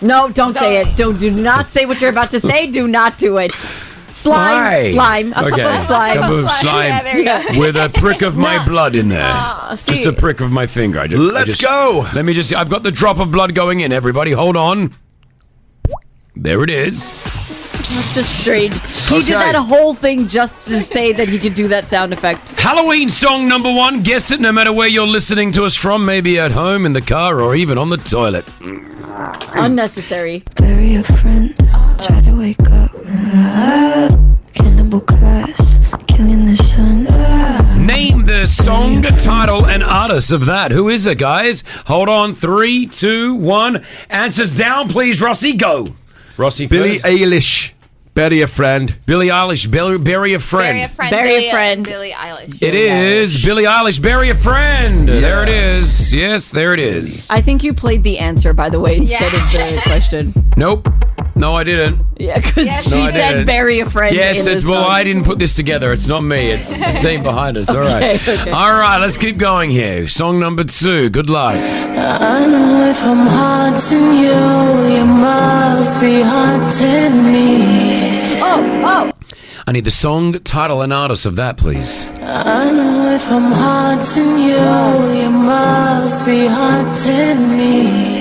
No, don't say it. Don't do not say what you're about to say. Do not do it. Slime,
Why?
slime, a
okay.
cup of slime,
Cup of slime
Yeah, there you go.
with a prick of my blood in there.
Ah, see.
just a prick of my finger. I just, Let's go. Let me just. I've got the drop of blood going in. Everybody, hold on. There it is.
That's just strange. He
Okay.
did that whole thing just to say that he could do that sound effect.
Halloween song number one. Guess it no matter where you're listening to us from, maybe at home, in the car, or even on the toilet.
Unnecessary.
Bury a friend, try to wake up. Cannibal class, killing the sun.
Name the song, title, and artist of that. Who is it, guys? Hold on. Three, two, one. Answers down, please. Rossi, go. Rossi,
Billie
first. Eilish. Bury a friend. Billie Eilish. Bury, bury a friend.
Bury a friend.
Bury a
Billie-
uh,
friend.
Billie Eilish.
It is Billie Eilish. Bury a friend. There it is. Yes, there it is.
I think you played the answer, by the way, instead of the question.
Nope. No, I didn't.
Yeah, because
Yes,
she
you did.
said bury a friend.
Yes,
in
it,
the
well,
song.
I didn't put this together. It's not me. It's the team behind us. All right.
Okay, okay.
All right, let's keep going here. Song number two. Good luck.
I know if I'm haunting you, you must be haunting me. Oh, oh.
I need the song, title, and artist of that, please.
I know if I'm haunting you, you must be haunting me.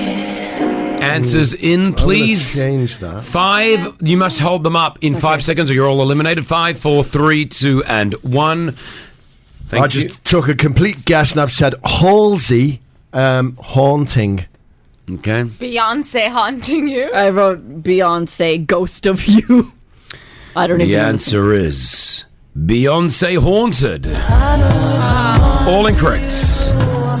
Answers in, please. Change that. Five. You must hold them up in five seconds, or you're all eliminated. Five, four, three, two, and one. Thank
I
you.
just took a complete guess and I've said Halsey um, haunting.
Okay.
Beyonce haunting you.
Uh,
I wrote Beyonce, ghost of you. I don't
The
even.
answer is Beyonce Haunted. All incorrect.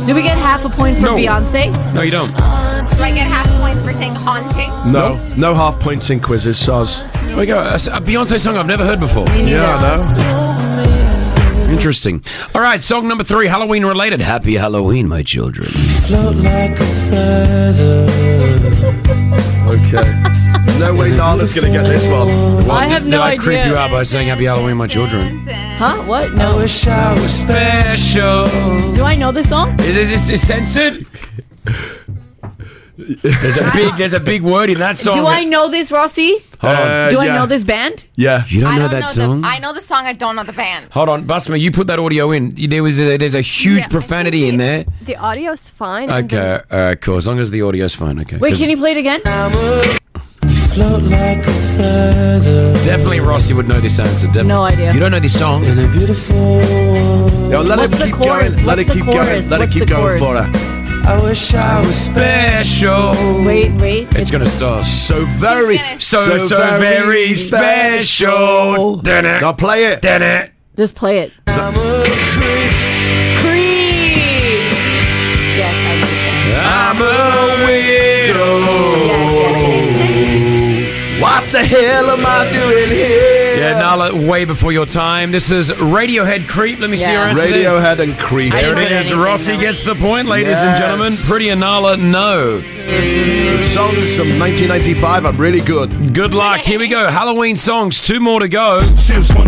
Do we get half a point for
No.
Beyonce?
No, you don't.
Do I get half points for saying haunting?
No, no half points in quizzes, Soz.
There we go. A, a Beyonce song I've never heard before.
Yeah, I
Interesting. All right, song number three, Halloween related. Happy Halloween, my children.
Float like a feather.
Okay. No way Nala's going to get this one.
I have
did,
no
did I
idea.
creep you out by saying Happy Halloween, my
uh,
children?
Huh? What? No.
wish I was
special.
Do I know this song?
Is it is, is censored? there's a big there's a big word in that song.
Do I know this, Rossi?
Hold on.
Do I know this band?
Yeah.
You don't
I
know
don't
that
know
song?
The, I know the song. I don't know the band.
Hold on, Busma, you put that audio in. There was a, there's a huge
Yeah, I
profanity in there.
The audio's fine. and
Okay, uh, cool. As long as the audio's fine, okay.
Wait,
'Cause
can
Can you play it again?
Float like a feather.
definitely Rossi would know this answer. Definitely.
No idea.
You don't know this song.
In a beautiful world.
Yo, let it keep going. Let it keep going. Let it keep going for her.
I wish I was special.
Wait, wait.
It's gonna start.
So very,
So, so very special. Dun it.
Now play it.
Dun it.
Just play it. Creep. Yes, I know this song.
I'm a Oh. widow.
What the hell am I doing here?
Yeah, Nala, way before your time. This is Radiohead Creep. Let me see your answer. there.
Radiohead and Creep.
There it is. Rossi gets the point, ladies and
Yes.
gentlemen. Pretty and Nala, no.
The songs from 1995 are really good.
Good luck. Here we go. Halloween songs. Two more to go.
Gossip,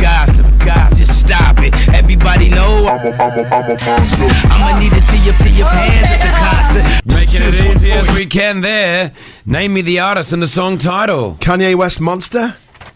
gossip, gossip. Just stop it. Everybody knows I'm a, I'm a, I'm a monster. I'ma need to see you to your pants at the concert.
Making it easy as we can there. Name me the artist and the song title.
Kanye West Monster?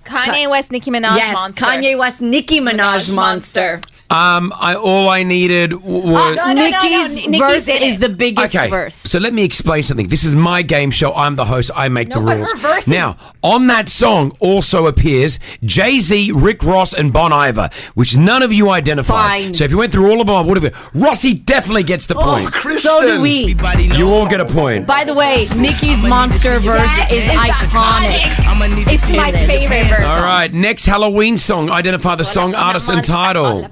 Kanye West, Nicki Minaj
yes,
monster.
Kanye West, Nicki Minaj, monster.
Um, I all I needed w-
Oh,
was
no, no, no, Nicki's
Nicki did
verse
it.
is the biggest
okay.
verse.
So let me explain something. This is my game show. I'm the host. I make the
but
rules.
her verse is-
now, on that song also appears Jay Z, Rick Ross, and Bon Iver, which none of you identified.
Fine. Oh,
So if you went through all of them, I would have. Rossi definitely gets the point.
So do we.
You all get a point.
By the way, Nicki's monster verse
Yes,
is
it's
iconic.
It's my favorite verse.
All right, next Halloween song. Identify the song, artist, and title.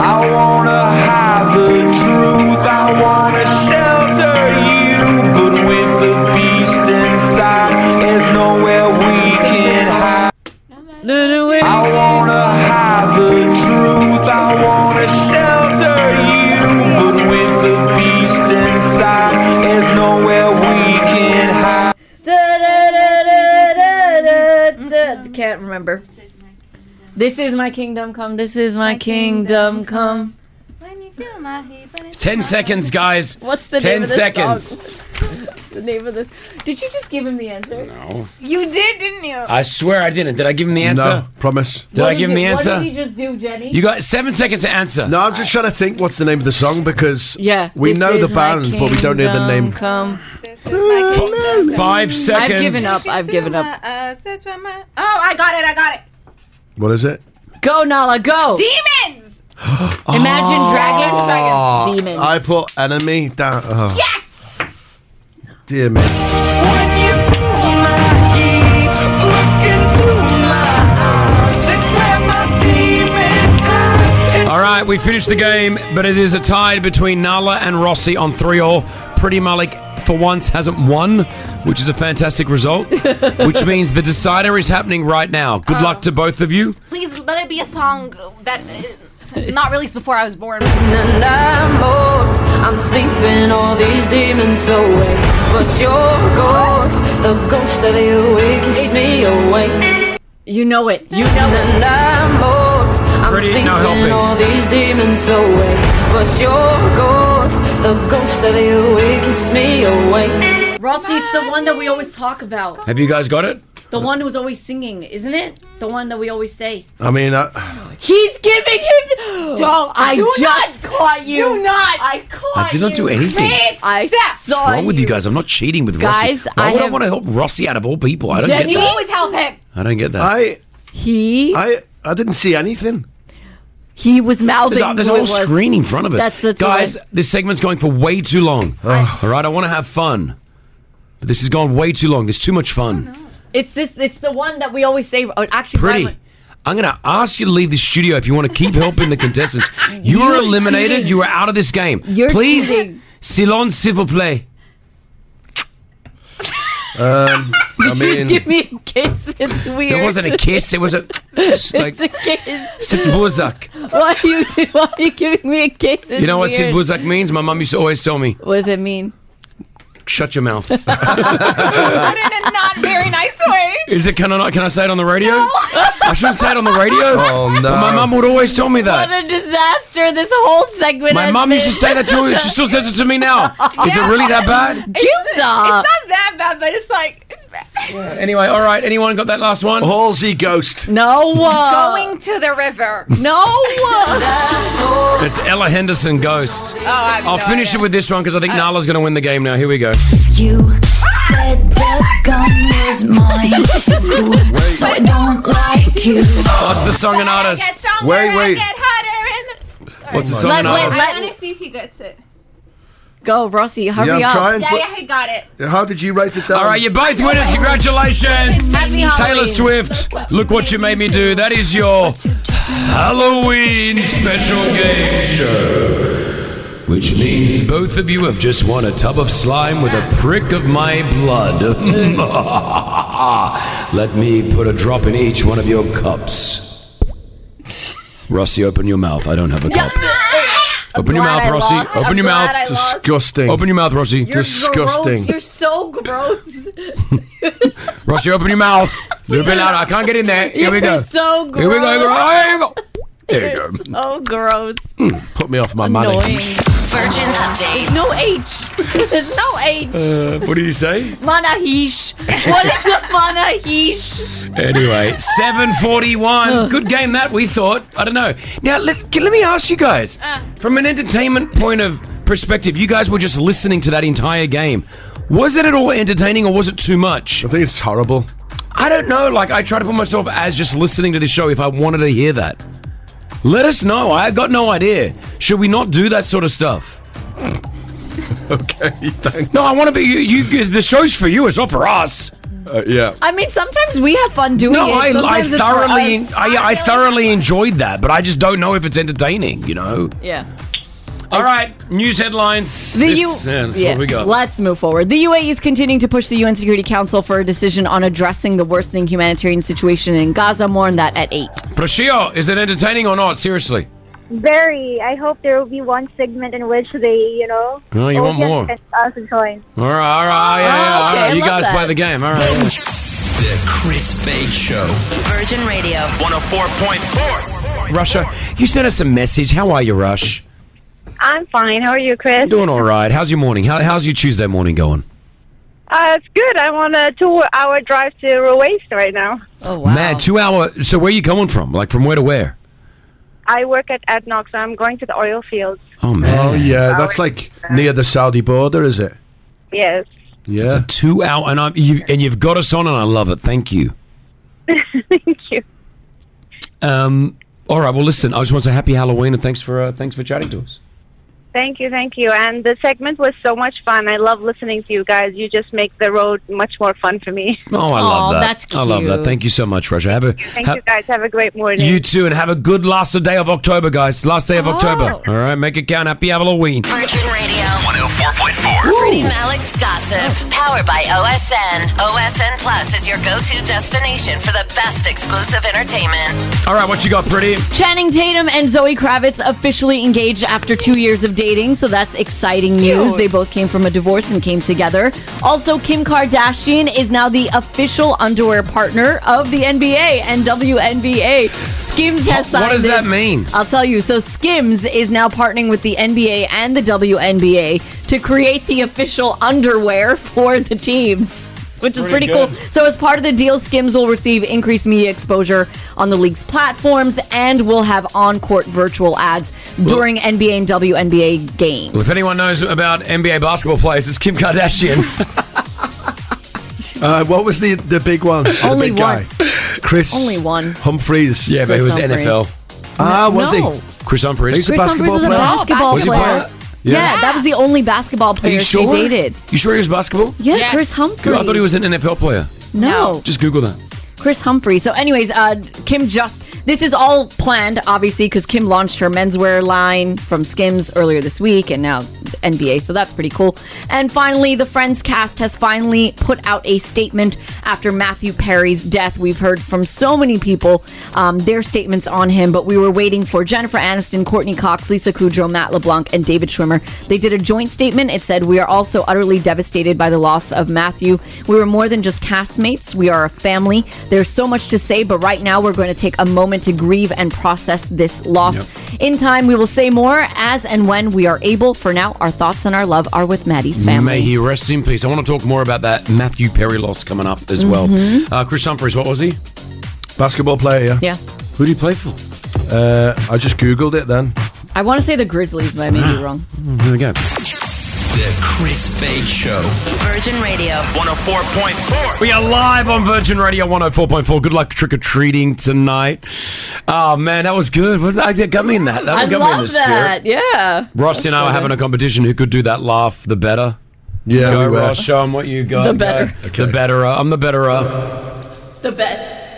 I wanna hide the truth, I wanna shelter you. But with the beast inside, there's nowhere we can hide. I wanna hide the truth, I wanna shelter you. But with the beast inside, there's nowhere we can hide.
Mm-hmm. Can't remember. This is my kingdom come. This is my kingdom come.
Ten seconds, guys.
What's the
Ten
name of this
seconds.
song? What's the name of the? Did you just give him the answer?
No.
You did, didn't you?
I swear I didn't. Did I give him the answer?
No, promise.
Did I give him the answer?
What did you just do, Jenny?
You got seven seconds to answer.
No, I'm just trying to think what's the name of the song because
Yeah.
we
This
know
is
the
my
band, but we don't know the
kingdom
name.
Come.
Five seconds.
I've given up. I've given up.
Oh, I got it. I got it.
What is it?
Go, Nala, go.
Demons.
Imagine
Ah.
Oh,
Dragons. Demons.
I put enemy down. Oh. Yes! Dear me.
All right, we finished the game, but it is a tie between Nala and Rossi on three all. Pretty Malik, for once, hasn't won, which is a fantastic result. which means the decider is happening right now. Good
Oh.
luck to both of you.
Please let it be a song that uh, is not released before I was born.
I'm sleeping all these demons away. What's your ghost? The ghost of you, it keeps me awake.
You know it. You know
it. I'm
Pretty, no
sleeping
helping.
all these demons away. What's your ghost? The ghost of you, it keeps me awake.
Rossi, it's the one that we always talk about.
Have you guys got it?
The one who's always singing, isn't it? The one that we always say.
I mean, I,
He's giving him.
Don't-
I
do
just caught you.
Do not.
I caught
I did not do
you.
anything.
I saw
What's wrong with you guys? I'm not cheating with
Guys,
Rossi.
I
Why would I
have-
want to help Rossi out of all people? I don't
You
get that.
always help him.
I don't get that.
I,
he,
I, I didn't see anything.
He was mouthing.
There's a, there's a
who it
whole
was.
screen in front of us.
That's the
Guys,
toy.
this segment's going for way too long. All right, I want to have fun. But this has gone way too long. There's too much fun.
Oh, It's this. It's the one that we always say. oh, Actually,
Pretty.
Brian-
I'm going to ask you to leave the studio if you want to keep helping the contestants. You are
You're
eliminated.
cheating.
You are out of this game.
You're
Please,
cheating.
silence, s'il vous plaît.
Um, I mean,
Give me a kiss. It's weird.
there wasn't a kiss. It was a
It's
just like
a kiss.
sit buzak.
Why are you why are you giving me a kiss? It's
You know what
weird.
sit buzak means? My mum used to always tell me,
What does it mean?
"Shut your mouth." Uh.
But in a not very nice way.
Is it? Can I not? Can I say it on the radio? I shouldn't say it on the radio.
Oh, no.
But my mum would always tell me that.
What a disaster this whole segment.
My
has
mum used to
been.
say that to me. She still says it to me now. Is it really that bad?
It's not that bad, but it's like it's bad.
Anyway, all right. Anyone got that last one?
Halsey Ghost.
No. uh,
going to the river.
No. uh.
Oh, It's Ella Henderson Ghost.
I have
I'll
no
finish it with this one because I think Nala's going to win the game now. Here we go.
You said the gun was mine. It's cool, but I don't like you.
What's the song and artist?
Wait, wait.
What's the
Let-
song and
let-
artist?
let-
I want to see if he gets it.
Go, Rossi. Hurry
Yeah, I'm
up.
trying,
Yeah,
but-
yeah, he got it.
How did you write it down?
All right, you're both winners. Congratulations.
Happy Halloween.
Taylor Swift, look what you made me do. That is your Halloween special game show. Which means both of you have just won a tub of slime with a prick of my blood. Let me put a drop in each one of your cups. Rossi, open your mouth. I don't have a cup. Open your
glad
mouth,
I
Rossi.
lost.
Open
I'm
your
glad I
mouth.
lost.
Disgusting.
Open your mouth, Rossi.
You're
disgusting.
Gross. You're so gross.
Rossi, open your mouth. A little bit louder. I can't get in there. Here we go.
So gross.
Here we go. Here we go. There you go.
Instagram.
Oh, gross.
Put me off my money.
Virgin update.
There's no H. There's no H.
Uh, what did you say?
Manahish. What is a manahish?
Anyway, 741. Good game that we thought. I don't know. Now, let, can, let me ask you guys from an entertainment point of perspective, you guys were just listening to that entire game. Was it at all entertaining or was it too much? I
think it's horrible.
I don't know. Like, I try to put myself as just listening to this show if I wanted to hear that. Let us know. I got no idea. Should we not do that sort of stuff?
okay. Thanks.
No, I want to be. You, you, the show's for you. It's not for us.
Uh, yeah.
I mean, sometimes we have fun doing it.
No, I, I
Sometimes it's for
thoroughly,
us.
I, I thoroughly enjoyed that, but I just don't know if it's entertaining. You know.
Yeah.
All right, news headlines.
The
This-
U-
yeah, this is
yeah,
what we got.
Let's move forward. The UAE is continuing to push the UN Security Council for a decision on addressing the worsening humanitarian situation in Gaza. More on that at 8.
Prashio, is it entertaining or not? Seriously.
Very. I hope there will be one segment in which they, you know,
Oh, you want
audience
more?
can ask and join. Oh,
All right, all right, yeah, yeah, all
okay,
right.
I
You
love
guys
that.
play the game. All right.
The Chris Fade Show.
Virgin Radio.
104.4.
Russia, you sent us a message. How are you, Rush?
I'm fine. How are you, Chris?
Doing all right. How's your morning? How, how's your Tuesday morning going?
Uh, it's good. I'm on a two-hour drive to Ruwais right now.
Oh
Man, two hour. So where are you coming from? Like from where to where?
I work at ADNOC, so I'm going to the oil fields.
Oh man.
Oh yeah, that's like near the Saudi border, is it?
Yes.
Yeah.
It's a two hour, and I'm you and you've got us on, and I love it. Thank you.
Thank you.
Um. All right. Well, listen. I just want to say happy Halloween and thanks for uh, thanks for chatting to us.
Thank you, thank you. And the segment was so much fun. I love listening to you guys. You just make the road much more fun for me.
Oh, I love that. I love that. Thank you so much, Russia. Have a
Thank
ha-
you, guys. Have a great morning.
you too, and have a good last day of October, guys. Last day of
Oh.
October. All right. Make it count. Happy Halloween.
Virgin Radio.
104.4.
Freddie Malik's Gossip. Powered by OSN. OSN Plus is your go to destination for the best exclusive entertainment.
All right. What you got, pretty?
Channing Tatum and Zoe Kravitz officially engaged after two years of dating, so that's exciting news. They both came from a divorce and came together. Also, Kim Kardashian is now the official underwear partner of the NBA and WNBA. Skims has
What-
signed.
what does
this.
that mean?
I'll tell you. So Skims is now partnering with the NBA and the WNBA to create the official underwear for the teams. Which is pretty,
Pretty good.
cool. So, as part of the deal, Skims will receive increased media exposure on the league's platforms and will have on court virtual ads during NBA and WNBA games.
Well, if anyone knows about NBA basketball players, it's Kim Kardashian.
Uh, what was the the big one? The
Only
big
one.
Guy? Chris.
Only one.
Humphreys.
Yeah, but he was Chris Humphreys. NFL.
Ah,
No.
was
No.
he?
Chris Humphreys.
He's a
Chris
basketball
Humphries was
player.
a basketball
Was he
player.
player?
Yeah.
Yeah.
that was the only basketball
Are you
player
sure?
she dated.
You sure he was basketball?
Yeah, Chris Humphreys.
Good. I thought he was an NFL player.
No.
Just Google that.
Chris Humphrey. So, anyways, uh, Kim just this is all planned, obviously, because Kim launched her menswear line from Skims earlier this week, and now NBA. So that's pretty cool. And finally, the Friends cast has finally put out a statement after Matthew Perry's death. We've heard from so many people um, their statements on him, but we were waiting for Jennifer Aniston, Courtney Cox, Lisa Kudrow, Matt LeBlanc, and David Schwimmer. They did a joint statement. It said, "We are also utterly devastated by the loss of Matthew. We were more than just castmates. We are a family. There's so much to say, but right now we're going to take a moment to grieve and process this loss. In time, we will say more as and when we are able. For now, our thoughts and our love are with Maddie's family.
May he rest in peace. I want to talk more about that Matthew Perry loss coming up as
Mhm.
well. Uh, Chris Humphreys, what was he?
Basketball player.
Yeah.
Who do you play for?
Uh, I just googled it then.
I want to say the Grizzlies, but I may
Ah.
be wrong.
There we go.
The Chris Fade Show.
Virgin Radio.
104.4.
We are live on Virgin Radio 104.4. Good luck trick or treating tonight. Oh, man, that was good. Wasn't that? That got me in that. That
I
got me in
love
the
that.
spirit.
Yeah.
Ross and I were having a competition who could do that laugh the better.
Yeah,
go,
we were.
Ross, show them what you got.
The
Go.
better.
The betterer. I'm the betterer.
The best.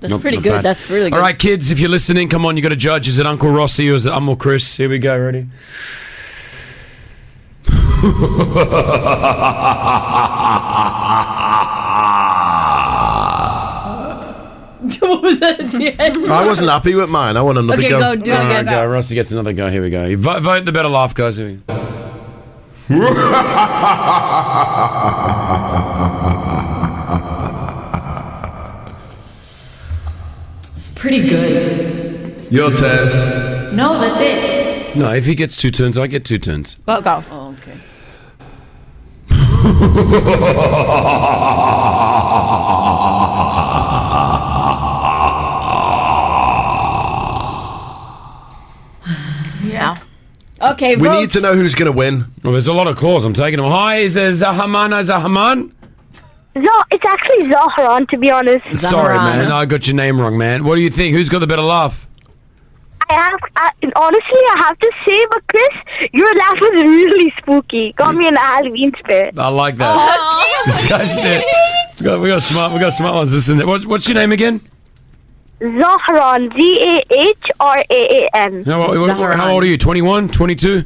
That's
Nope,
pretty
not
good.
bad.
That's really good.
All right, kids, if you're listening, come on, you got to judge. Is it Uncle Rossi or is it Uncle Chris? Here we go, ready?
what was that at the end?
I wasn't happy with mine. I want another
Okay,
go.
go,
Oh,
do it,
All right,
go.
go. Rossi gets another go. Here we go. Vote, vote the better laugh, guys. Here we go.
It's pretty good.
Your turn.
No, that's it.
No, if he gets two turns, I get two turns.
Go, go. Oh, okay.
Yeah.
Okay,
We need to know who's going to win.
Well, there's a lot of calls. I'm taking them. Hi, is there Zahamana Zahaman?
Zo- it's actually Zahran, to be honest.
Sorry, man. I got your name wrong, man. What do you think? Who's got the better laugh?
I have, I, honestly, I have to say, but Chris, your laugh was really spooky. Got me in the Halloween spirit.
I like that. This guy's there. We got, we got smart. We got smart ones. Listen, what, what's your name again?
Zahran, Z A H R A A N.
How, how, how old are you? 21, 22,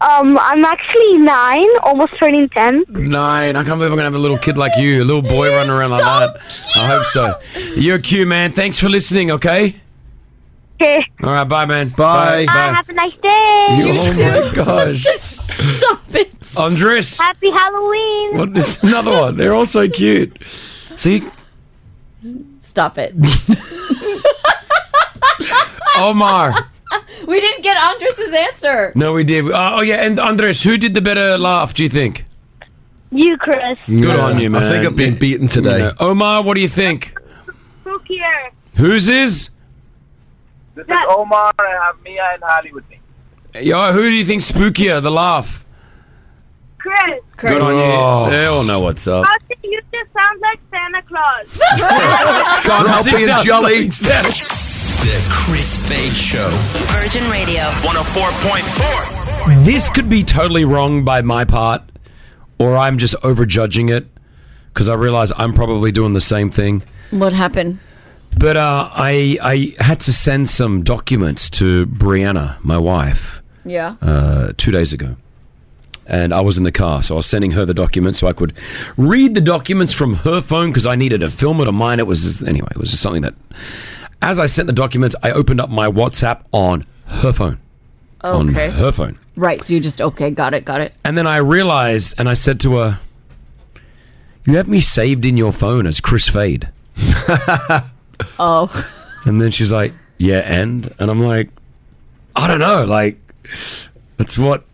Um, I'm actually nine, almost turning ten.
nine. I can't believe I'm gonna have a little kid like you, a little boy running around like that. I hope so. You're cute, man. Thanks for listening. Okay.
Okay.
All right. Bye, man. Bye.
Bye, have a nice day.
You- oh my gosh.
just stop it.
Andres.
Happy Halloween.
What? There's another one. They're all so cute. See,
Stop it.
Omar.
we didn't get Andres's answer.
No, we did. Uh, oh, yeah. And Andres, who did the better laugh, do you think?
You, Chris.
Good on you, man.
I think I've been beaten today.
You know. Uh, Omar, what do you think?
Spookier.
Whose is?
This is Omar. I have Mia and Ali with me.
Yo, who do you think's spookier, the laugh?
Chris.
Good on
Oh.
you. They all know what's up.
think you just sound like Santa Claus.
God help
It
being
sounds
jolly.
like that.
The Chris Fade Show.
Virgin Radio.
104.4.
This could be totally wrong by my part, or I'm just overjudging it because I realize I'm probably doing the same thing.
What happened?
But uh, I I had to send some documents to Brianna, my wife,
Yeah.
uh, two days ago, and I was in the car, so I was sending her the documents so I could read the documents from her phone because I needed to film it on mine. It was just, anyway, it was just something that, as I sent the documents, I opened up my WhatsApp on her phone, on
Okay.
her phone.
Right, so you just, okay, got it, got it.
And then I realized, and I said to her, You have me saved in your phone as Chris Fade.
Oh.
And then she's like, Yeah, and? And I'm like, I don't know. Like, that's what.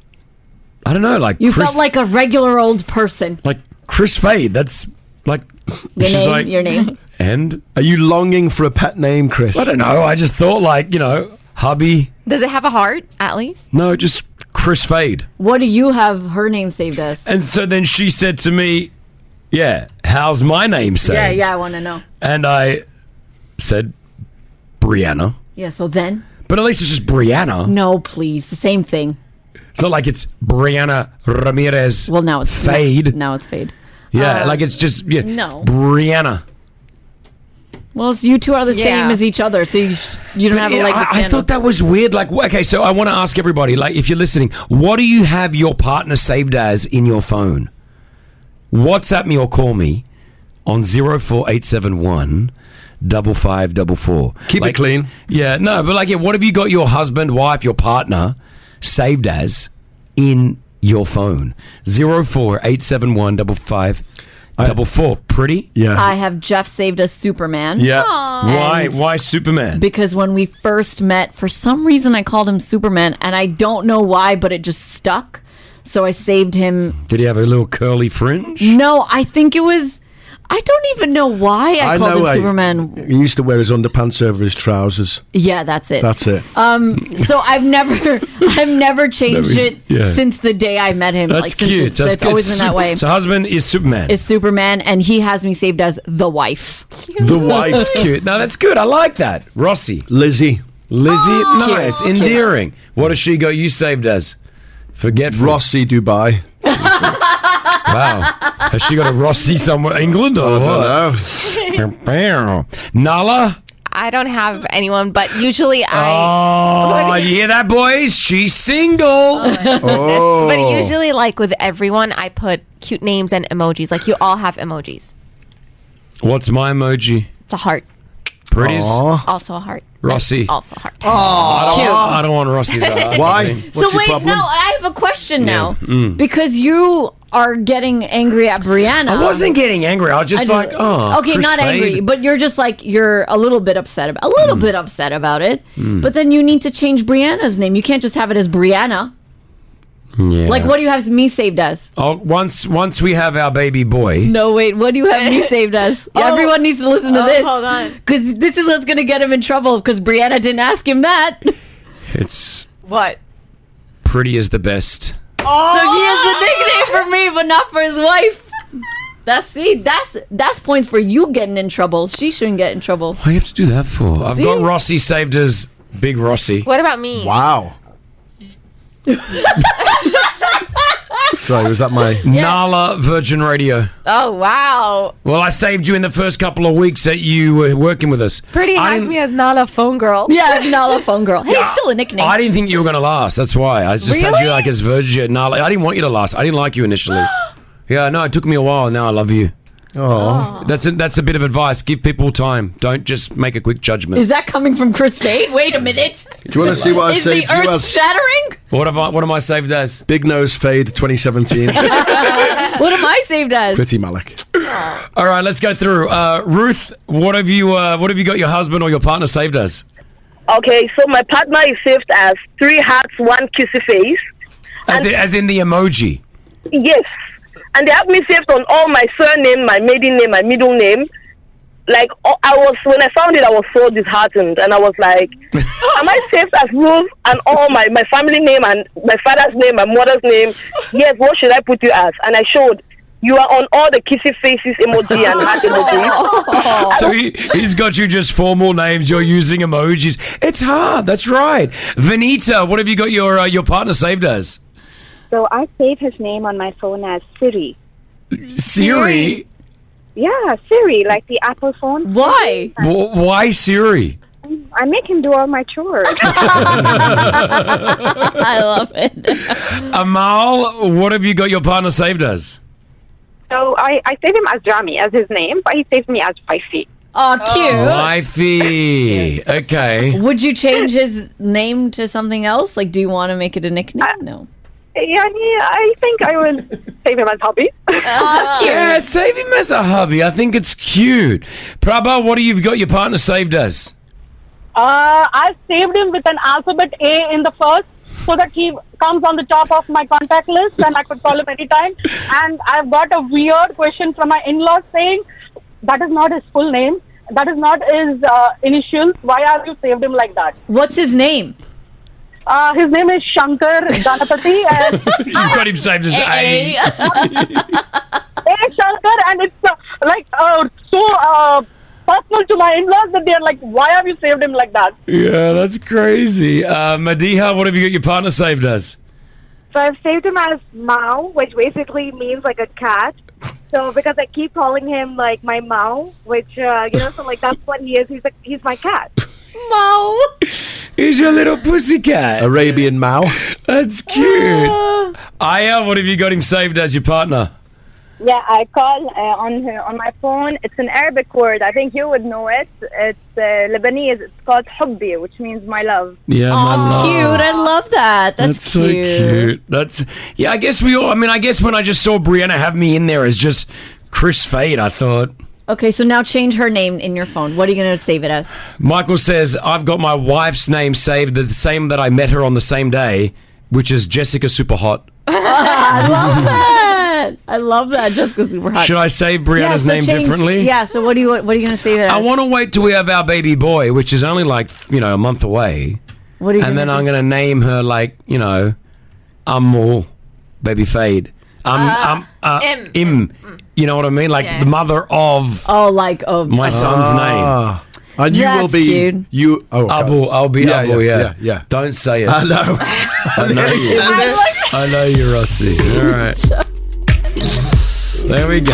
I don't know. Like,
You
Chris,
felt like a regular old person.
like Chris Fade. That's like.
Your
she's
name,
like,
your name.
And?
Are you longing for a pet name, Chris?
I don't know. I just thought, like, you know, hubby.
Does it have a heart, at least?
No, just Chris Fade.
What do you have her name saved as?
And so then she said to me, Yeah, how's my name saved?
Yeah, yeah, I want to know.
And I said, Brianna.
Yeah, so then?
But at least it's just Brianna.
No, please. The same thing.
It's not like it's Brianna Ramirez. Well,
now it's
Fade.
Now it's Fade.
Yeah,
Uh,
like it's just yeah,
no.
Brianna.
Well, it's- you two are the
Yeah.
same as each other, so you, sh- you don't have a
Yeah,
leg to
I, I
stand
thought that was weird. Like, wh- okay, so I want to ask everybody, like, if you're listening, what do you have your partner saved as in your phone? WhatsApp me or call me on zero four eight seven one double five double four.
Keep it clean.
Yeah, no, but like, yeah, what have you got your husband, wife, your partner saved as in your phone? Zero four eight seven one double five double four. Pretty.
Yeah.
I have Jeff saved as Superman.
yeah.
And-
Why? Why Superman?
Because when we first met, for some reason I called him Superman, and I don't know why, but it just stuck. So I saved him.
Did he have a little curly fringe?
No, I think it was. I don't even know why I, called him
I-
Superman.
He used to wear his underpants over his trousers.
Yeah, that's it.
That's it.
Um, so I've never, I've never changed
Never-
it
yeah.
since the day I met him.
That's
like, since
cute.
It's,
That's
it's
good.
always been that
Sup-
way.
So husband is Superman.
Is Superman, and he has me saved as the wife.
the wife's cute. No, that's good. I like that. Rossi. Lizzie. Lizzie.
Cute.
nice.
Oh, Cute.
Endearing. What has she got you saved as? Forget Rossi Dubai. wow. Has she got a Rossi somewhere? England or uh, what? Nala?
I don't have anyone, but usually I.
Oh, you hear that, boys? She's single. Oh.
But usually, like with everyone, I put cute names and emojis. Like you all have emojis.
What's my emoji?
It's a heart.
British.
Also a heart.
Rossi.
Also a heart.
Oh, I don't,
Cute.
want, I don't want Rossi's heart.
so wait, no, uh, I have a question now
Mm.
because you are getting angry at Brianna.
I wasn't getting angry. I was just
know-
like, oh.
Um, okay,
Chris
not angry,
Fade.
but you're just like you're a little bit upset about a little bit upset about it.
Mm.
But then you need to change Brianna's name. You can't just have it as Brianna.
Yeah.
Like, what do you have me saved as?
Oh, once once we have our baby boy.
No, wait. What do you have me saved as?
Oh.
Everyone needs to listen to
Oh,
this.
hold on.
because this is what's going to get him in trouble. Because Brianna didn't ask him that.
It's
What?
pretty is the best.
So he has the nickname for me, but not for his wife. That's see, that's that's points for you getting in trouble. She shouldn't get in trouble.
Why do you have to do that for? I've
See?
got Rossi saved as Big Rossi.
What about me?
Wow.
Sorry, was that my
Nala Virgin Radio?
Oh wow!
Well, I saved you in the first couple of weeks that you were working with us.
Pretty
I
has
didn't,
me as Nala phone girl.
Yeah, I'm Nala phone girl. Hey,
Yeah.
it's still a nickname.
I didn't think you were going to last. That's why I just had you
Really?
like as Virgin Nala. I didn't want you to last. I didn't like you initially. yeah, no, it took me a while. Now I love you. Oh, that's a, that's a bit of advice. Give people time. Don't just make a quick judgment.
Is that coming from Chris Fade? Wait a minute.
Do you wanna see what I've
Is
saved
the
you
earth
as?
shattering?
what have I? What am I saved as?
Big Nose Fade 2017?
What am I saved as?
Pretty Malik.
All right, let's go through. Uh, Ruth, what have you? Uh, what have you got? Your husband or your partner saved as?
Okay, so my partner is saved as three hearts, one kissy face.
As, in, as in the emoji.
Yes. And they have me saved on all my surname, my maiden name, my middle name. Like, oh, I was, when I found it, I was so disheartened. And I was like, am I saved as Ruth and all my, my family name and my father's name, my mother's name? Yes, what should I put you as? And I showed, you are on all the kissy faces emoji and heart emoji.
So he, he's got you just formal names. You're using emojis. It's hard. That's right. Vanita, what have you got your uh, your partner saved as?
So I save his name on my phone as Siri.
Siri.
Yeah, Siri, like the Apple phone.
Why?
W- why Siri?
I make him do all my chores.
I love it.
Amal, what have you got your partner saved as?
So I, I save him as Jami as his name, but he saves me as Wifey.
Oh, cute.
Wifey. Okay.
Would you change his name to something else? Like, do you want to make it a nickname? no.
Yeah, I think I will save him as hobby.
Yeah, save him as a hubby. I think it's cute. Prabha, what have you got your partner saved as?
Uh, I saved him with an alphabet A in the first so that he comes on the top of my contact list and I could call him anytime. And I've got a weird question from my in laws saying, that is not his full name. That is not his uh, initials. Why have you saved him like that?
What's his name?
Uh, his name is Shankar Ganapati. And
You've got him saved as A.
Hey, Shankar, and it's uh, like uh, so uh, personal to my in-laws that they're like, why have you saved him like that?
Yeah, that's crazy. Uh, Madiha, what have you got your partner saved as?
So I've saved him as Mao, which basically means like a cat. So because I keep calling him like my Mao, which uh, you know, so like that's what he is. He's like he's my cat.
Mao.
He's your little pussycat.
Arabian Mao.
That's cute.
Ah.
Aya, what have you got him saved as your partner?
Yeah, I call uh, on her, on my phone. It's an Arabic word. I think you would know it. It's uh, Lebanese. It's called hubbi, which means my love.
Yeah, my love.
Oh, Cute. I love that. That's,
That's so cute. That's yeah. I guess we all. I mean, I guess when I just saw Brianna have me in there as just Chris Fade, I thought
Okay, so now change her name in your phone. What are you going to save it as?
Michael says I've got my wife's name saved the same that I met her on the same day, which is Jessica Super Hot.
I love that. I love that. Jessica's super hot.
Should I save
Yeah,
Brianna's
so
name
Uh, change-
differently?
Yeah. So what do you what are you going to save it as?
I want to wait till we have our baby boy, which is only like you know a month away.
What are you
and then
gonna
I'm going to name her like you know, I'm more baby fade. I'm um, uh,
Im.
im. You know what I mean? Like
Yeah.
the mother of
Oh, like oh,
my son's
Ah.
name.
And you
That's will be- cute.
you. Oh,
Abu. I'll be
Yeah,
Abu.
yeah,
Yeah, Ah.
yeah, yeah.
Don't say it.
I know.
I know
nearly
you.
said it.
I know you, Rossi. All right. There we go.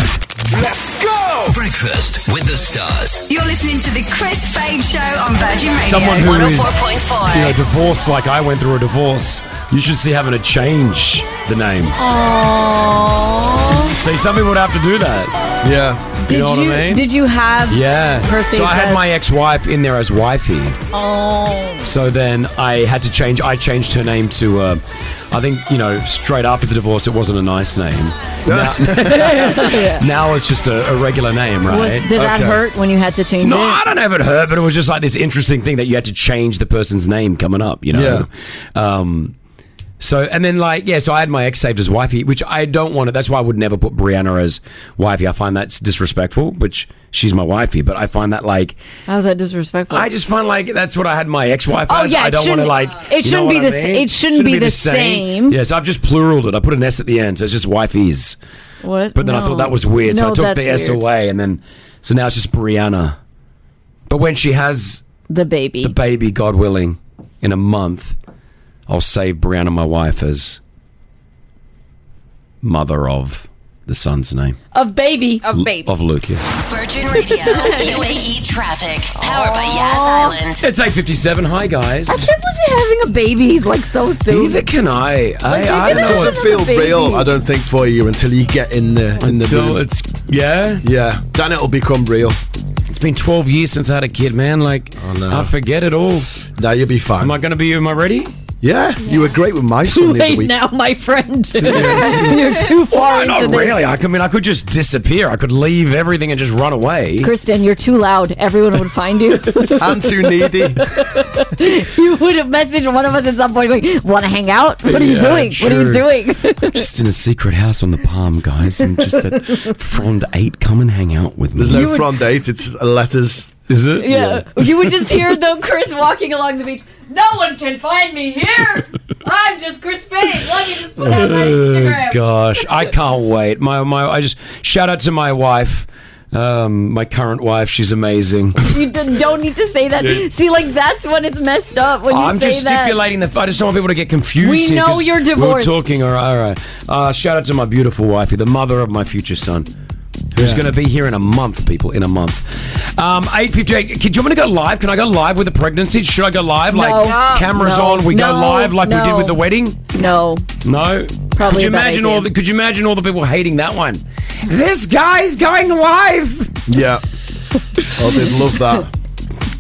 Let's go! Breakfast with the stars.
You're listening to the Chris Fade Show on Virgin Radio.
Someone who is you
104.4.
know divorced, like I went through a divorce. You should see having to change the name.
Aww.
See, some people would have to do that.
Yeah.
Did Did you have
yeah.
her saved
So I had
as-
my ex-wife in there as wifey.
Oh.
So then I had to change. I changed her name to. Uh, I think you know. Straight after the divorce, it wasn't a nice name. Now, now it's just a, a regular name, right?
Was, did that
Okay.
hurt when you had to change
No,
it?
I don't know if it hurt, but it was just like this interesting thing that you had to change the person's name coming up, you know? Um, so, and then like, yeah, so I had my ex saved as wifey, which I don't want to, that's why I would never put Brianna as wifey. I find that's disrespectful, which she's my wifey, but I find that like,
How's that disrespectful?
I just find like that's what I had my ex-wife
Oh,
as.
yeah,
I
it
don't want to
shouldn't-
like.
it
you know
shouldn't be
what I
the s-
mean?
it shouldn't be the same.
Yes, I've just pluraled it. I put an s at the end, so it's just wifeys.
What?
But then I
No.
thought that was weird,
No,
so I took
that's
the s
weird.
away, and then so now it's just Brianna. But when she has
the baby,
the baby, God willing, in a month, I'll save Brianna, my wife, as mother of the son's name
Of baby.
L- of Luke. yeah.
Virgin Radio, UAE traffic, powered by Yas
Oh.
Island.
It's eight fifty-seven. Hi guys.
having a baby like so soon.
Neither can I.
Like,
I,
take
don't
it
know.
out
It
of
feel
the
real.
baby.
I don't think for you until you get in the in the
Until
room.
it's yeah
yeah. Then it'll become real.
It's been twelve years since I had a kid, man. Like I forget it all.
No, you'll be fine. Am I
going to be? Am I ready?
Yeah, you were great with my
Too
son the other
late
week.
now, my friend.
You're
too far
not
into this.
really. I could- I mean, I could just disappear. I could leave everything and just run away.
Kristen, you're too loud. Everyone would find you.
I'm too needy.
you would have messaged one of us at some point going, Want to hang out? What are you
Yeah,
doing? What are you
sure.
doing?
I'm just in a secret house on the Palm, guys. I'm just at Frond Eight. Come and hang out with me.
There's no from date. It's letters.
Is it?
Yeah. You would just hear though Chris walking along the beach. No one can find me here. I'm just Chris Fitting. Let me just put out my
Oh,
Instagram.
gosh, I can't wait. My my, I just shout out to my wife, um, my current wife. She's amazing.
You d- don't need to say that.
Yeah.
See, like that's when it's messed up when you
I'm
say
just
that.
stipulating the. I just don't want people to get confused.
We
here,
know
'cause
you're divorced.
We were talking. All right, all right. Uh, shout out to my beautiful wifey, the mother of my future son, who's
Yeah.
going to be here in a month, people. In a month. Um, Eight fifty eight. Do you want me to go live? Can I go live with the pregnancy? Should I go live?
No.
Like
No.
cameras
No.
on, we go
No.
live like we did
No.
with the wedding.
No.
No.
Probably
Could you
a bad
imagine
idea.
all? The, could you imagine all the people hating that one? This guy's going live.
Yeah.
Oh, they'd love that.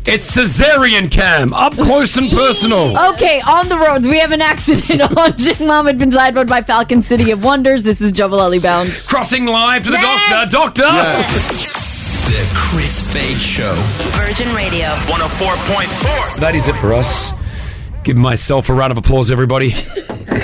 It's cesarean cam, up close and personal.
Okay, on the roads, we have an accident on Jing Mohammed bin Zayed Road by Falcon City of Wonders. This is Jabal Ali bound.
Crossing live to the doctor. Doctor.
The Chris Fade Show.
Virgin Radio.
104.4.
That is it for us. Give myself a round of applause, everybody.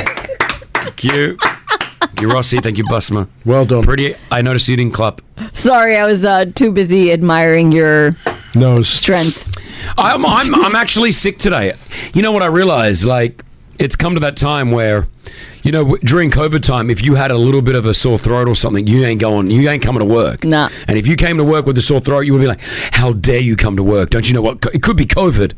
Thank you. Thank you, Rossi. Thank you, Busma. Well done. Pretty. I noticed you didn't clap.
Sorry, I was uh, too busy admiring your
nose
strength.
I'm, I'm, I'm actually sick today. You know what I realized? Like, it's come to that time where, you know, w- during COVID time, if you had a little bit of a sore throat or something, you ain't going, you ain't coming to work.
Nah.
And if you came to work with a sore throat, you would be like, how dare you come to work? Don't you know what? co- It could be COVID.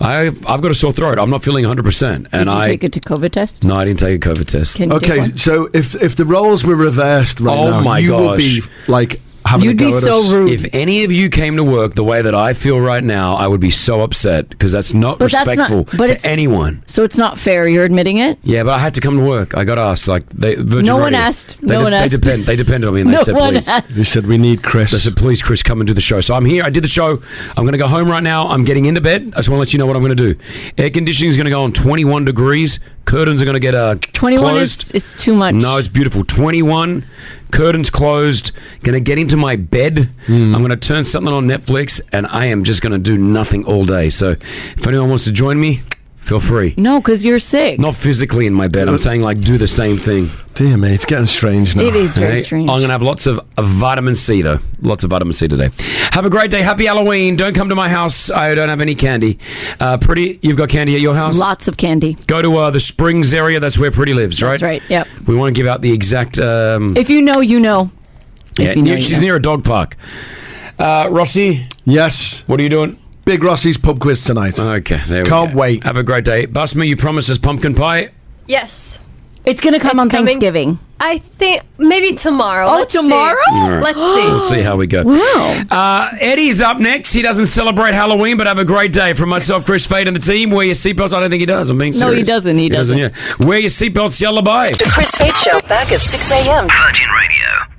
I've, I've got a sore throat. I'm not feeling 100%. And
Did you
I.
take it to COVID test?
no, I didn't take a COVID test.
Can you take
Okay,
one?
so if if the roles were reversed right
Oh
now,
my
you would
gosh.
be like having a go at us.
If any of you came to work the way that I feel right now, I would be so upset because that's not
But that's not-
respectful
but it's-
to anyone.
So it's not fair. You're admitting it.
Yeah, but I had to come to work. I got asked. Like they, Virgin
No one
Radio-
asked.
They,
No one
they
asked.
depend. They depended on me, and they
No
said,
one
"Please."
asked.
They said, "We need Chris." They said, "Please, Chris, come and do the show." So I'm here. I did the show. I'm going to go home right now. I'm getting into bed. I just want to let you know what I'm going to do. Air conditioning is going to go on 21 degrees. Curtains are going to get uh,
21
closed.
is, is too much.
No, it's beautiful. 21, curtains closed. Going to get into my bed. I'm going to turn something on Netflix, and I am just going to do nothing all day. So if anyone wants to join me, feel free.
No, because you're sick.
Not physically in my bed. I'm saying, like, do the same thing.
Dear me, it's getting strange now.
It is very strange.
I'm going to have lots of of vitamin C, though. Lots of vitamin C today. Have a great day. Happy Halloween. Don't come to my house. I don't have any candy. Uh, Pretty, you've got candy at your house?
Lots of candy.
Go to uh, the Springs area. That's where Pretty lives, right?
That's right. Yep.
We want to give out the exact. Um,
If you know, you know.
Yeah,
you know,
near-
you
she's
know.
near a dog park. Uh, Rossi?
Yes.
What are you doing?
Big Rossi's pub quiz tonight.
Okay, there we
Can't
go. wait. Have a great day. Busma, you promised us pumpkin pie.
Yes.
It's going to come on Thanksgiving.
I think maybe tomorrow.
Oh,
Let's see.
tomorrow?
All right.
Let's see.
We'll see how we go.
Wow.
Uh, Eddie's up next. He doesn't celebrate Halloween, but have a great day. From myself, Chris Fade, and the team, wear your seatbelts. I don't think he does. I'm being
No,
serious.
he doesn't. He
yeah. Wear your seatbelts. Yellow bye.
The Chris Fade Show back at 6 a.m. Virgin Radio.